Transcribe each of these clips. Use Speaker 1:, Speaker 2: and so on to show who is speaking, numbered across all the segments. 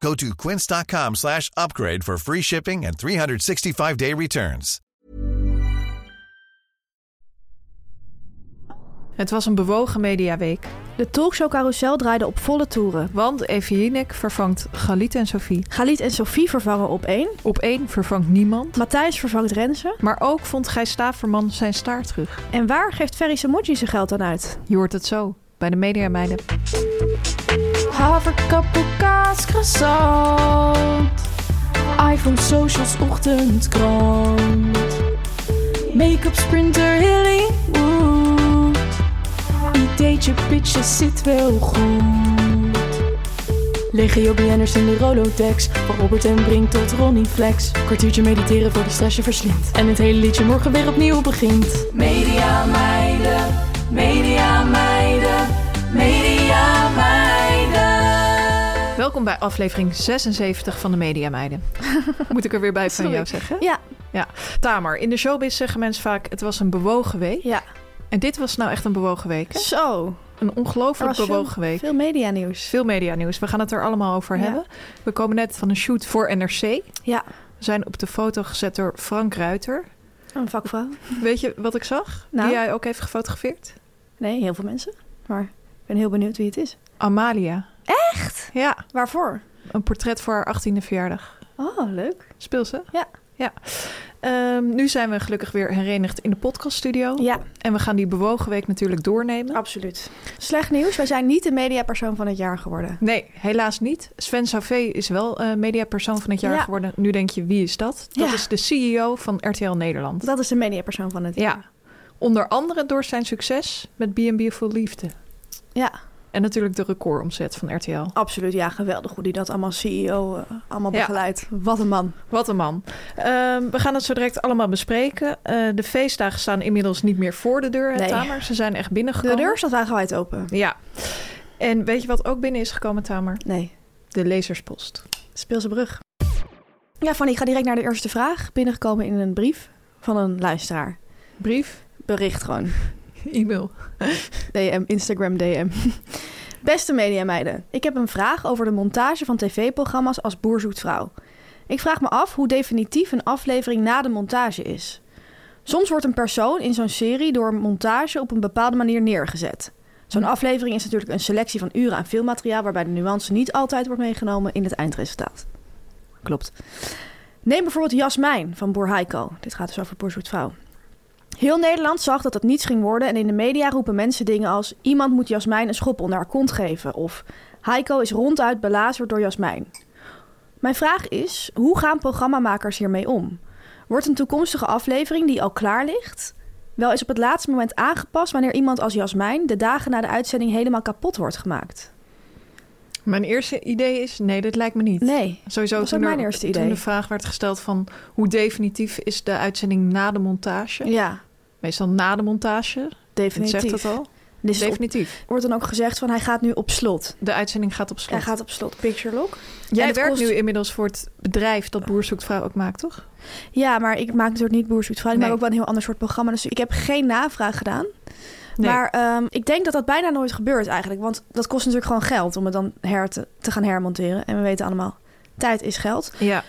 Speaker 1: Go to quince.com slash upgrade for free shipping and 365-day returns.
Speaker 2: Het was een bewogen mediaweek,
Speaker 3: De talkshow Carousel draaide op volle toeren.
Speaker 2: want Evie Jinek vervangt Galit en Sophie.
Speaker 3: Galit en Sophie vervangen op één.
Speaker 2: Op één vervangt niemand,
Speaker 3: Matthijs vervangt Renze.
Speaker 2: maar ook vond Gijs Staverman zijn staart terug.
Speaker 3: En waar geeft Ferry Samucci zijn geld aan uit?
Speaker 2: Je hoort het zo bij de Mediameiden.
Speaker 4: Haverkappel, kaas, croissant. iPhone, socials, ochtendkrant. Make-up, sprinter, Hollywood. Ideetje, pitje, zit wel goed. Legio BN'ers in de Rolodex. Van Robert en Brink tot Ronnie Flex. Kwartiertje mediteren voor de stress je verslindt. En het hele liedje morgen weer opnieuw begint. Media meiden, media meiden, media meiden.
Speaker 2: Welkom bij aflevering 76 van de Mediameiden. Moet ik er weer bij van
Speaker 3: Sorry.
Speaker 2: jou zeggen?
Speaker 3: Ja,
Speaker 2: Ja. Tamar, in de showbiz zeggen mensen vaak het was een bewogen week.
Speaker 3: ja.
Speaker 2: En dit was nou echt een bewogen week. hè?
Speaker 3: Zo. er
Speaker 2: Een ongelooflijk
Speaker 3: was
Speaker 2: bewogen
Speaker 3: veel,
Speaker 2: week.
Speaker 3: veel medianieuws.
Speaker 2: Veel medianieuws. We gaan het er allemaal over
Speaker 3: Ja.
Speaker 2: hebben. We komen net van een shoot voor NRC.
Speaker 3: Ja,
Speaker 2: We zijn op de foto gezet door Frank Ruiter.
Speaker 3: een vakvrouw.
Speaker 2: Weet je wat ik zag?
Speaker 3: Nou?
Speaker 2: Die jij ook heeft gefotografeerd?
Speaker 3: Nee, heel veel mensen. Maar ik ben heel benieuwd wie het is.
Speaker 2: Amalia. Echt? Ja,
Speaker 3: Waarvoor?
Speaker 2: een portret voor haar 18e verjaardag.
Speaker 3: Oh, leuk.
Speaker 2: Speel ze?
Speaker 3: Ja.
Speaker 2: ja. Ehm, nu zijn we gelukkig weer herenigd in de podcaststudio.
Speaker 3: Ja,
Speaker 2: En we gaan die bewogen week natuurlijk doornemen.
Speaker 3: absoluut. Slecht nieuws, wij zijn niet de mediapersoon van het jaar geworden.
Speaker 2: Nee, helaas niet. Sven Sauvé is wel eh, mediapersoon van het jaar
Speaker 3: Ja.
Speaker 2: geworden. Nu denk je, wie is dat? Dat
Speaker 3: Ja.
Speaker 2: is de CEO van RTL Nederland.
Speaker 3: Dat is de mediapersoon van het jaar.
Speaker 2: Ja, onder andere door zijn succes met B&B Vol Liefde.
Speaker 3: Ja,
Speaker 2: En natuurlijk de recordomzet van RTL.
Speaker 3: absoluut. Ja, geweldig hoe die dat allemaal CEO eh, allemaal
Speaker 2: Ja.
Speaker 3: begeleidt. Wat een man.
Speaker 2: Wat een man. Ehm, we gaan het zo direct allemaal bespreken. Eh, de feestdagen staan inmiddels niet meer voor de deur, hè,
Speaker 3: Nee.
Speaker 2: Tamer. Ze zijn echt
Speaker 3: De
Speaker 2: binnengekomen.
Speaker 3: deur staat wagenwijd open.
Speaker 2: Ja. En weet je wat ook binnen is gekomen, Tamer?
Speaker 3: Nee,
Speaker 2: De lezerspost.
Speaker 3: Speelse brug. Ja, Fanny, ik ga direct naar de eerste vraag. Binnengekomen in een brief van een luisteraar.
Speaker 2: Brief,
Speaker 3: Bericht gewoon.
Speaker 2: e-mail.
Speaker 3: DM, Instagram DM. Beste mediameiden, ik heb een vraag over de montage van tv-programma's als Boer zoekt vrouw. Ik vraag me af hoe definitief een aflevering na de montage is. Soms wordt een persoon in zo'n serie door een montage op een bepaalde manier neergezet. Zo'n aflevering is natuurlijk een selectie van uren aan filmmateriaal waarbij de nuance niet altijd wordt meegenomen in het eindresultaat. Klopt. Neem bijvoorbeeld Jasmijn van Boer Heiko. Dit gaat dus over Boer zoekt vrouw. Heel Nederland zag dat het niets ging worden en in de media roepen mensen dingen als... iemand moet Jasmijn een schop onder haar kont geven of... Heiko is ronduit belazerd door Jasmijn. Mijn vraag is, hoe gaan programmamakers hiermee om? Wordt een toekomstige aflevering die al klaar ligt... wel eens op het laatste moment aangepast wanneer iemand als Jasmijn... de dagen na de uitzending helemaal kapot wordt gemaakt?
Speaker 2: Mijn eerste idee is, nee, dat lijkt me niet.
Speaker 3: Nee,
Speaker 2: Sowieso
Speaker 3: dat was
Speaker 2: toen
Speaker 3: ook
Speaker 2: er-
Speaker 3: mijn eerste
Speaker 2: Toen
Speaker 3: idee.
Speaker 2: de vraag werd gesteld van hoe definitief is de uitzending na de montage?
Speaker 3: ja,
Speaker 2: Meestal na de montage. Het
Speaker 3: definitief.
Speaker 2: zegt het al.
Speaker 3: Dus op-
Speaker 2: Definitief.
Speaker 3: wordt dan ook gezegd van hij gaat nu op slot.
Speaker 2: De uitzending gaat op slot.
Speaker 3: Hij gaat op slot, picture lock. En
Speaker 2: Jij
Speaker 3: het
Speaker 2: werkt
Speaker 3: kost-
Speaker 2: nu inmiddels voor het bedrijf dat Boer Zoekt Vrouw ook maakt, toch?
Speaker 3: Ja, maar ik maak natuurlijk niet Boer Zoekt Vrouw. Ik
Speaker 2: Nee.
Speaker 3: maak ook wel een heel ander soort programma. Dus ik heb geen navraag gedaan.
Speaker 2: Nee.
Speaker 3: Maar ehm, ik denk dat dat bijna nooit gebeurt eigenlijk. Want dat kost natuurlijk gewoon geld om het dan her te, te gaan hermonteren. En we weten allemaal, tijd is geld.
Speaker 2: Ja.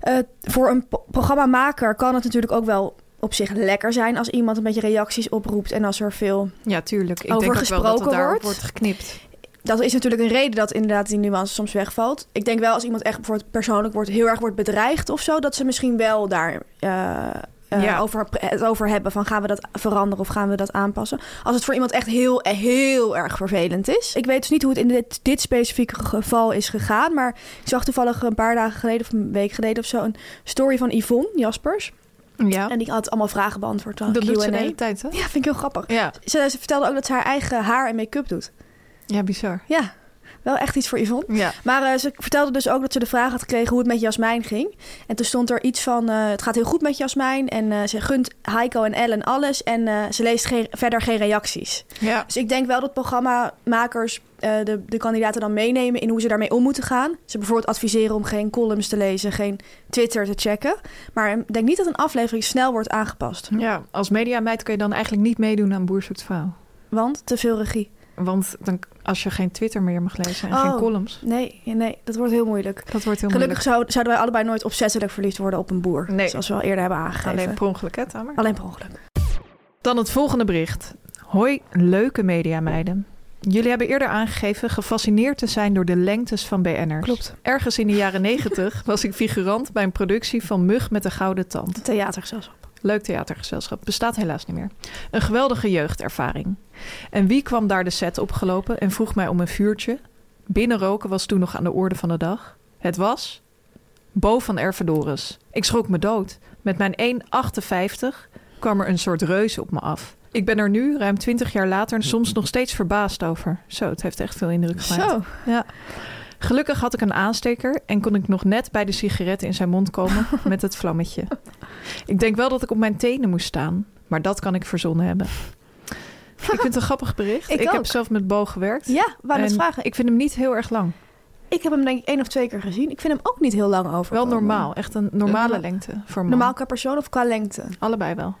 Speaker 3: Eh, voor een po- programmamaker kan het natuurlijk ook wel op zich lekker zijn... als iemand een beetje reacties oproept en als er veel...
Speaker 2: Ja, tuurlijk. Ik
Speaker 3: Over
Speaker 2: denk ook wel dat het
Speaker 3: gesproken
Speaker 2: daarop
Speaker 3: wordt.
Speaker 2: wordt geknipt.
Speaker 3: Dat is natuurlijk een reden dat inderdaad die nuance soms wegvalt. Ik denk wel als iemand echt bijvoorbeeld persoonlijk wordt, heel erg wordt bedreigd of zo... dat ze misschien wel daar eh, eh,
Speaker 5: Ja.
Speaker 3: over, het over hebben van gaan we dat veranderen of gaan we dat aanpassen. Als het voor iemand echt heel, heel erg vervelend is. Ik weet dus niet hoe het in dit, dit specifieke geval is gegaan, maar ik zag toevallig een paar dagen geleden of een week geleden of zo een story van Yvonne Jaspers.
Speaker 2: Ja,
Speaker 3: En die had allemaal vragen beantwoord aan
Speaker 2: dat doet
Speaker 3: Q&A.
Speaker 2: ze de hele tijd, hè?
Speaker 3: Ja, vind ik heel grappig.
Speaker 2: Ja,
Speaker 3: Ze, ze vertelde ook dat ze haar eigen haar en make-up doet.
Speaker 2: ja bizar.
Speaker 3: Ja, wel echt iets voor Yvonne.
Speaker 2: Ja.
Speaker 3: Maar eh, ze vertelde dus ook dat ze de vraag had gekregen hoe het met Jasmijn ging. En toen stond er iets van, eh, het gaat heel goed met Jasmijn. En eh, ze gunt Heiko en Ellen alles. En eh, ze leest geen, verder geen reacties.
Speaker 2: Ja.
Speaker 3: Dus ik denk wel dat programmamakers eh, de, de kandidaten dan meenemen in hoe ze daarmee om moeten gaan. Ze bijvoorbeeld adviseren om geen columns te lezen, geen Twitter te checken. Maar ik denk niet dat een aflevering snel wordt aangepast.
Speaker 2: ja, als mediameid kun je dan eigenlijk niet meedoen aan Boer Zoekt Vrouw.
Speaker 3: Want te veel regie.
Speaker 2: Want dan, als je geen Twitter meer mag lezen en
Speaker 3: Oh.
Speaker 2: geen columns,
Speaker 3: Nee, nee, dat wordt heel moeilijk.
Speaker 2: dat wordt heel
Speaker 3: Gelukkig zou, zouden wij allebei nooit opzettelijk verliefd worden op een boer.
Speaker 2: Nee.
Speaker 3: Zoals we al eerder hebben aangegeven.
Speaker 2: moeilijk. Alleen per ongeluk, hè, Tamer?
Speaker 3: Alleen per ongeluk.
Speaker 2: Dan het volgende bericht. Hoi, leuke mediameiden. Jullie hebben eerder aangegeven gefascineerd te zijn door de lengtes van BN'ers.
Speaker 3: Klopt.
Speaker 2: Ergens in de jaren negentig was ik figurant bij een productie van Mug met de Gouden Tand.
Speaker 3: Theatergezelschap.
Speaker 2: Leuk theatergezelschap. Bestaat helaas niet meer. Een geweldige jeugdervaring. En wie kwam daar de set opgelopen en vroeg mij om een vuurtje? Binnenroken was toen nog aan de orde van de dag. Het was Bo van Ervedoris. Ik schrok me dood. Met mijn 1,58 kwam er een soort reus op me af. Ik ben er nu, ruim 20 jaar later, soms nog steeds verbaasd over. Zo, het heeft echt veel indruk gemaakt.
Speaker 3: Zo.
Speaker 2: Ja. Gelukkig had ik een aansteker en kon ik nog net bij de sigaret in zijn mond komen met het vlammetje. Ik denk wel dat ik op mijn tenen moest staan, maar dat kan ik verzonnen hebben. Ik vind het een grappig bericht.
Speaker 3: Ik
Speaker 2: heb
Speaker 3: ook.
Speaker 2: zelf met Bo gewerkt.
Speaker 3: Ja, waar het
Speaker 2: En
Speaker 3: vragen. Ik,
Speaker 2: Ik vind hem niet heel erg lang.
Speaker 3: ik heb hem denk ik één of twee keer gezien. Ik vind hem ook niet heel lang over.
Speaker 2: Wel normaal. Echt een normale
Speaker 3: Ja.
Speaker 2: lengte voor een man.
Speaker 3: Normaal qua persoon of qua lengte?
Speaker 2: Allebei wel.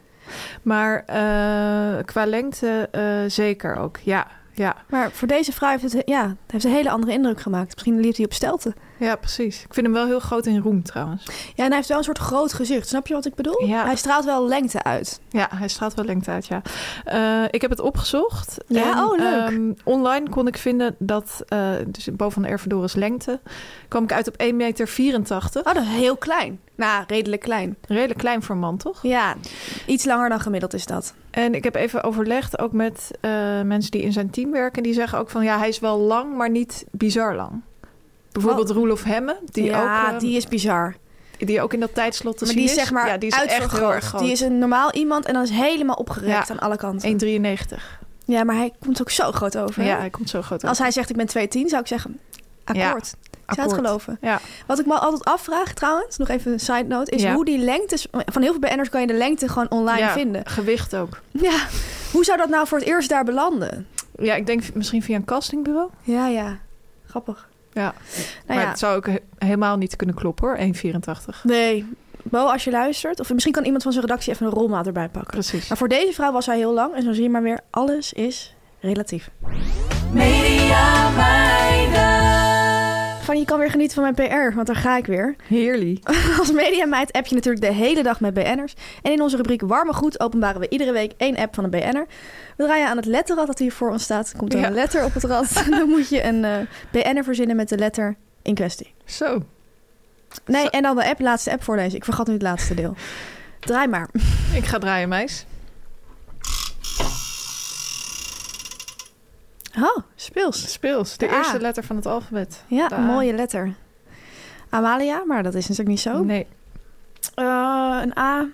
Speaker 2: Maar eh, qua lengte eh, zeker ook. Ja, ja.
Speaker 3: Maar voor deze vrouw heeft het, ja, het heeft een hele andere indruk gemaakt. Misschien liep hij op stelten.
Speaker 2: ja, precies. Ik vind hem wel heel groot in roem trouwens.
Speaker 3: Ja, en hij heeft wel een soort groot gezicht. Snap je wat ik bedoel?
Speaker 2: Ja.
Speaker 3: Hij straalt wel lengte uit.
Speaker 2: Ja, hij straalt wel lengte uit, ja. Eh, ik heb het opgezocht.
Speaker 3: Ja,
Speaker 2: en,
Speaker 3: oh, leuk.
Speaker 2: ehm, online kon ik vinden dat, eh dus boven de Ervedoris lengte, kwam ik uit op 1,84 meter.
Speaker 3: Oh, dat is heel klein. Nou, redelijk klein.
Speaker 2: Redelijk klein voor een man, toch?
Speaker 3: Ja, iets langer dan gemiddeld is dat.
Speaker 2: En ik heb even overlegd, ook met eh, mensen die in zijn team werken. Die zeggen ook van, ja, hij is wel lang, maar niet bizar lang. Bijvoorbeeld Roelof Hemme, die,
Speaker 3: Oh. ja,
Speaker 2: ook, eh,
Speaker 3: die is bizar.
Speaker 2: die... ook in dat tijdslot te
Speaker 3: Maar
Speaker 2: zien
Speaker 3: die is
Speaker 2: is.
Speaker 3: zeg maar
Speaker 2: ja, die is echt heel erg
Speaker 3: uitvergroot.
Speaker 2: groot.
Speaker 3: Die is een normaal iemand en dan is helemaal opgerekt
Speaker 2: Ja.
Speaker 3: aan alle kanten.
Speaker 2: 1,93.
Speaker 3: Ja, maar hij komt ook zo groot over. hè?
Speaker 2: Ja, hij komt zo groot uit.
Speaker 3: Als hij zegt ik ben 210, zou ik zeggen akkoord. ik zou
Speaker 2: Akkoord.
Speaker 3: het geloven.
Speaker 2: Ja,
Speaker 3: Wat ik me altijd afvraag trouwens, nog even een side note, is
Speaker 2: Ja.
Speaker 3: hoe die lengtes... Van heel veel BN'ers kan je de lengte gewoon online
Speaker 2: ja,
Speaker 3: vinden.
Speaker 2: gewicht ook.
Speaker 3: Ja, hoe zou dat nou voor het eerst daar belanden?
Speaker 2: Ja, ik denk misschien via een castingbureau.
Speaker 3: Ja, ja. Grappig.
Speaker 2: Ja.
Speaker 3: Nou
Speaker 2: maar
Speaker 3: ja,
Speaker 2: het zou ook he- helemaal niet kunnen kloppen hoor, 1,84.
Speaker 3: nee. Bo, als je luistert, of misschien kan iemand van zijn redactie even een rolmaat erbij pakken.
Speaker 2: Precies.
Speaker 3: Maar voor deze vrouw was hij heel lang en zo zie je maar weer, alles is relatief.
Speaker 2: Media
Speaker 3: Van je kan weer genieten van mijn PR, want daar ga ik weer.
Speaker 2: Heerlijk.
Speaker 3: Als mediameid app je natuurlijk de hele dag met BN'ers. En in onze rubriek Warme Goed openbaren we iedere week één app van een BN'er. We draaien aan het letterrad dat hier voor ons staat. Komt er
Speaker 2: Ja.
Speaker 3: een letter op het rad. Dan moet je een eh BN'er verzinnen met de letter in kwestie.
Speaker 2: Zo.
Speaker 3: Nee,
Speaker 2: Zo.
Speaker 3: en dan de app, laatste app voorlezen. Ik vergat nu het laatste deel. Draai maar.
Speaker 2: Ik ga draaien, meis.
Speaker 3: Oh, speels.
Speaker 2: Speels. De
Speaker 3: De A.
Speaker 2: eerste letter van het alfabet.
Speaker 3: Ja,
Speaker 2: De A.
Speaker 3: een mooie letter. Amalia, maar dat is natuurlijk niet zo.
Speaker 2: Nee.
Speaker 3: Eh, een A.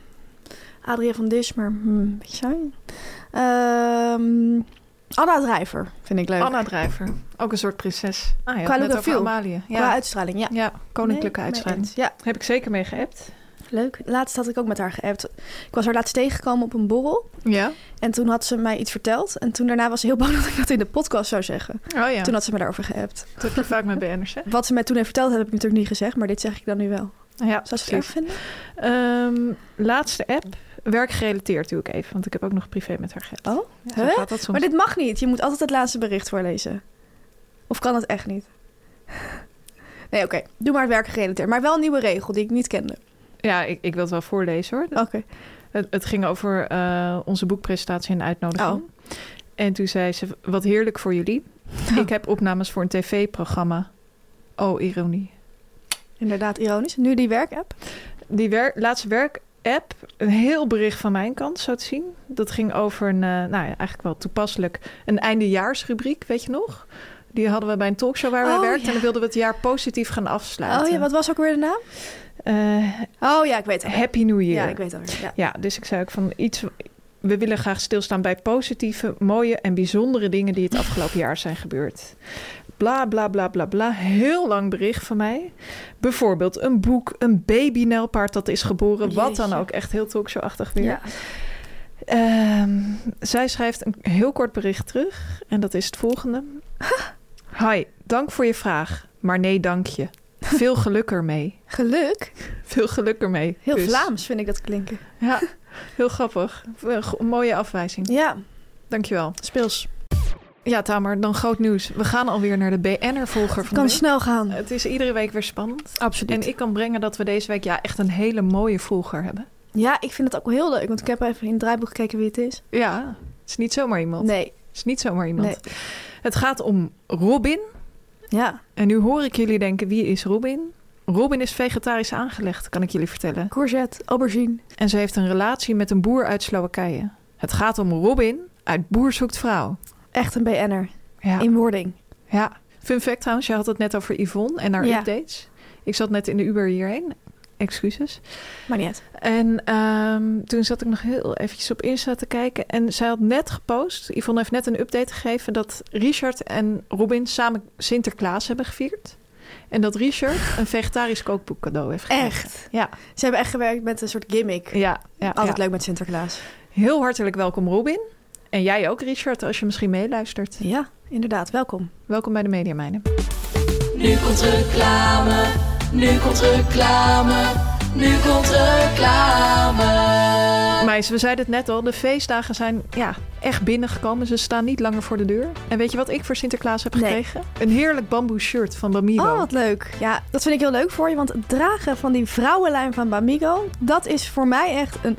Speaker 3: Adrien van Dis, maar hmm, een beetje saai. Ehm, Anna Drijver vind ik leuk.
Speaker 2: Anna Drijver. Ook een soort prinses. Ah, ja,
Speaker 3: Qua
Speaker 2: net over
Speaker 3: profiel.
Speaker 2: Amalia.
Speaker 3: Qua
Speaker 2: Ja.
Speaker 3: uitstraling, ja.
Speaker 2: ja, koninklijke
Speaker 3: Nee, mee
Speaker 2: uitstraling.
Speaker 3: eens. Ja,
Speaker 2: Heb ik zeker mee geappt.
Speaker 3: leuk. Laatst had ik ook met haar geappt. Ik was haar laatst tegengekomen op een borrel.
Speaker 2: Ja.
Speaker 3: En toen had ze mij iets verteld. En toen daarna was ze heel bang dat ik dat in de podcast zou zeggen.
Speaker 2: Oh ja.
Speaker 3: Toen had ze me daarover geappt.
Speaker 2: Dat heb je vaak met BN'ers, hè?
Speaker 3: Wat ze mij toen heeft verteld, heb ik natuurlijk niet gezegd. Maar dit zeg ik dan nu wel.
Speaker 2: Ja,
Speaker 3: Zou ze het erg vinden?
Speaker 2: Ehm, laatste app. Werkgerelateerd doe ik even, want ik heb ook nog privé met haar geappt.
Speaker 3: Oh,
Speaker 2: Ja, zo
Speaker 3: hè?
Speaker 2: gaat dat soms.
Speaker 3: Maar dit mag niet. Je moet altijd het laatste bericht voorlezen. Of kan het echt niet? Nee, oké. Doe maar het werk gerelateerd. Maar wel een nieuwe regel die ik niet kende.
Speaker 2: Ja, ik, ik wil het wel voorlezen hoor.
Speaker 3: Oké.
Speaker 2: Het, het ging over eh, onze boekpresentatie en uitnodiging.
Speaker 3: Oh.
Speaker 2: En toen zei ze, wat heerlijk voor jullie. Ik heb opnames voor een tv-programma. Oh, ironie.
Speaker 3: Inderdaad, ironisch. Nu die werkapp.
Speaker 2: Die wer- laatste werk app een heel bericht van mijn kant zo te zien. Dat ging over een, eh, nou ja, eigenlijk wel toepasselijk, een eindejaarsrubriek, weet je nog? Die hadden we bij een talkshow waar wij
Speaker 3: Oh,
Speaker 2: werkten.
Speaker 3: ja.
Speaker 2: En dan wilden we het jaar positief gaan afsluiten.
Speaker 3: Oh ja, wat was ook weer de naam?
Speaker 2: Eh,
Speaker 3: Oh ja, ik weet het.
Speaker 2: happy New Year.
Speaker 3: Ja, ik weet het alweer. Ja.
Speaker 2: Ja, dus ik zei ook van iets. We willen graag stilstaan bij positieve, mooie en bijzondere dingen die het afgelopen jaar zijn gebeurd. Bla bla bla bla bla. Heel lang bericht van mij. Bijvoorbeeld een boek, een babynelpaard dat is geboren. Wat dan
Speaker 3: Jeetje.
Speaker 2: ook. Echt heel talkshow-achtig weer.
Speaker 3: Ja.
Speaker 2: Ehm, zij schrijft een heel kort bericht terug. En dat is het volgende. Hi, dank voor je vraag. Maar nee, dank je. Veel geluk ermee.
Speaker 3: Geluk.
Speaker 2: Veel geluk ermee. dus.
Speaker 3: Heel
Speaker 2: Kus.
Speaker 3: Vlaams vind ik dat klinken.
Speaker 2: Ja, heel grappig. Een go- mooie afwijzing.
Speaker 3: Ja,
Speaker 2: Dankjewel.
Speaker 3: speels.
Speaker 2: Ja, Tamer, dan groot nieuws. We gaan alweer naar de BN'er-volger van
Speaker 3: Kan
Speaker 2: de week.
Speaker 3: snel gaan.
Speaker 2: Het is iedere week weer spannend.
Speaker 3: Absoluut.
Speaker 2: En ik kan brengen dat we deze week ja, echt een hele mooie volger hebben.
Speaker 3: Ja, ik vind het ook wel heel leuk, want ik heb even in het draaiboek gekeken wie het is.
Speaker 2: Ja, het is niet zomaar iemand.
Speaker 3: Nee,
Speaker 2: Het is niet zomaar iemand. Het gaat om Robin.
Speaker 3: ja,
Speaker 2: En nu hoor ik jullie denken, wie is Robin? Robin is vegetarisch aangelegd, kan ik jullie vertellen.
Speaker 3: courgette, aubergine.
Speaker 2: En ze heeft een relatie met een boer uit Slowakije. Het gaat om Robin uit Boer zoekt vrouw.
Speaker 3: Echt een BN'er.
Speaker 2: Ja.
Speaker 3: In wording.
Speaker 2: Ja, fun fact trouwens, jij had het net over Yvonne en haar
Speaker 3: Ja.
Speaker 2: updates. Ik zat net in de Uber hierheen, excuses.
Speaker 3: Maar niet uit.
Speaker 2: En ehm, toen zat ik nog heel eventjes op Insta te kijken. En zij had net gepost, Yvonne heeft net een update gegeven... dat Richard en Robin samen Sinterklaas hebben gevierd. En dat Richard een vegetarisch kookboek cadeau heeft gegeven.
Speaker 3: Echt.
Speaker 2: Ja,
Speaker 3: Ze hebben echt gewerkt met een soort gimmick.
Speaker 2: ja, ja.
Speaker 3: Altijd
Speaker 2: ja.
Speaker 3: leuk met Sinterklaas.
Speaker 2: Heel hartelijk welkom Robin. En jij ook Richard, als je misschien meeluistert.
Speaker 3: Ja, inderdaad. Welkom.
Speaker 2: Welkom bij de Media Meiden.
Speaker 4: Nu komt reclame, nu komt reclame, nu komt reclame.
Speaker 2: Meis, we zeiden het net al, de feestdagen zijn ja, echt binnengekomen. Ze staan niet langer voor de deur. En weet je wat ik voor Sinterklaas heb
Speaker 3: Nee.
Speaker 2: gekregen? Een heerlijk bamboe shirt van Bamigo.
Speaker 3: Oh, wat leuk. Ja, dat vind ik heel leuk voor je, want het dragen van die vrouwenlijn van Bamigo, dat is voor mij echt een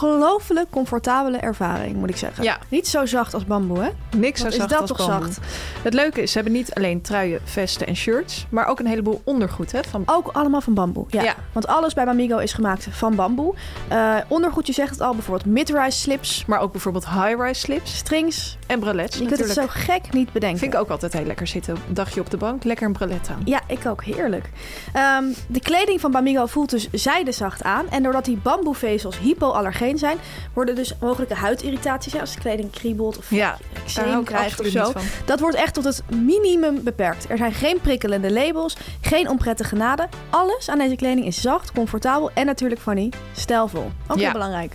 Speaker 3: ongelooflijk comfortabele ervaring, moet ik zeggen.
Speaker 2: Ja.
Speaker 3: Niet zo zacht als bamboe, hè?
Speaker 2: Niks zo
Speaker 3: Wat is
Speaker 2: zacht
Speaker 3: dat
Speaker 2: als
Speaker 3: toch
Speaker 2: bamboe.
Speaker 3: zacht?
Speaker 2: Het leuke is, ze hebben niet alleen truien, vesten en shirts, maar ook een heleboel ondergoed. Hè, van...
Speaker 3: Ook allemaal van bamboe. Ja.
Speaker 2: Ja.
Speaker 3: Want alles bij Bamigo is gemaakt van bamboe. Eh ondergoed, je zegt het al, bijvoorbeeld mid-rise slips,
Speaker 2: Maar ook bijvoorbeeld high-rise slips
Speaker 3: strings.
Speaker 2: en bralets
Speaker 3: Je kunt
Speaker 2: natuurlijk.
Speaker 3: het zo gek niet bedenken.
Speaker 2: Vind ik ook altijd heel lekker zitten. Een dagje op de bank, lekker een bralet aan.
Speaker 3: Ja, ik ook. Heerlijk. Ehm, de kleding van Bamigo voelt dus zijdezacht aan. En doordat die bamboevezels hypoallergeen zijn, worden dus mogelijke huidirritaties, hè, als de kleding kriebelt of
Speaker 2: Ja, daar hou
Speaker 3: eczeem
Speaker 2: ik
Speaker 3: krijgt of
Speaker 2: absoluut
Speaker 3: zo.
Speaker 2: niet van.
Speaker 3: Dat wordt echt tot het minimum beperkt. Er zijn geen prikkelende labels, geen onprettige naden. Alles aan deze kleding is zacht, comfortabel en natuurlijk, Fanny, stijlvol. Ook
Speaker 2: Ja.
Speaker 3: heel belangrijk.